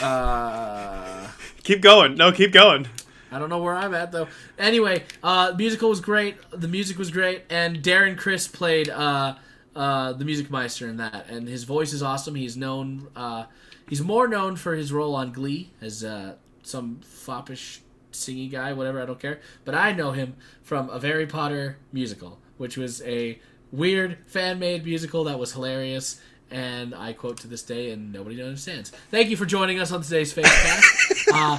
Speaker 2: uh,
Speaker 1: Keep going. No, keep going.
Speaker 2: I don't know where I'm at though. Anyway, uh, musical was great. The music was great, and Darren Chris played uh, uh, the music meister in that, and his voice is awesome. He's known. Uh, he's more known for his role on Glee as uh, some foppish singing guy, whatever. I don't care, but I know him from a Harry Potter musical, which was a weird fan made musical that was hilarious. And I quote to this day, and nobody understands. Thank you for joining us on today's Facecast. uh,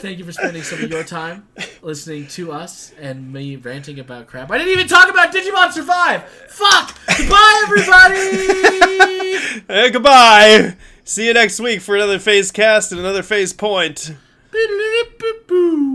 Speaker 2: thank you for spending some of your time listening to us and me ranting about crap. I didn't even talk about Digimon Survive. Fuck. Goodbye, everybody.
Speaker 1: Eh, goodbye. See you next week for another phase cast and another phase point.
Speaker 2: Boop, boop, boop, boop.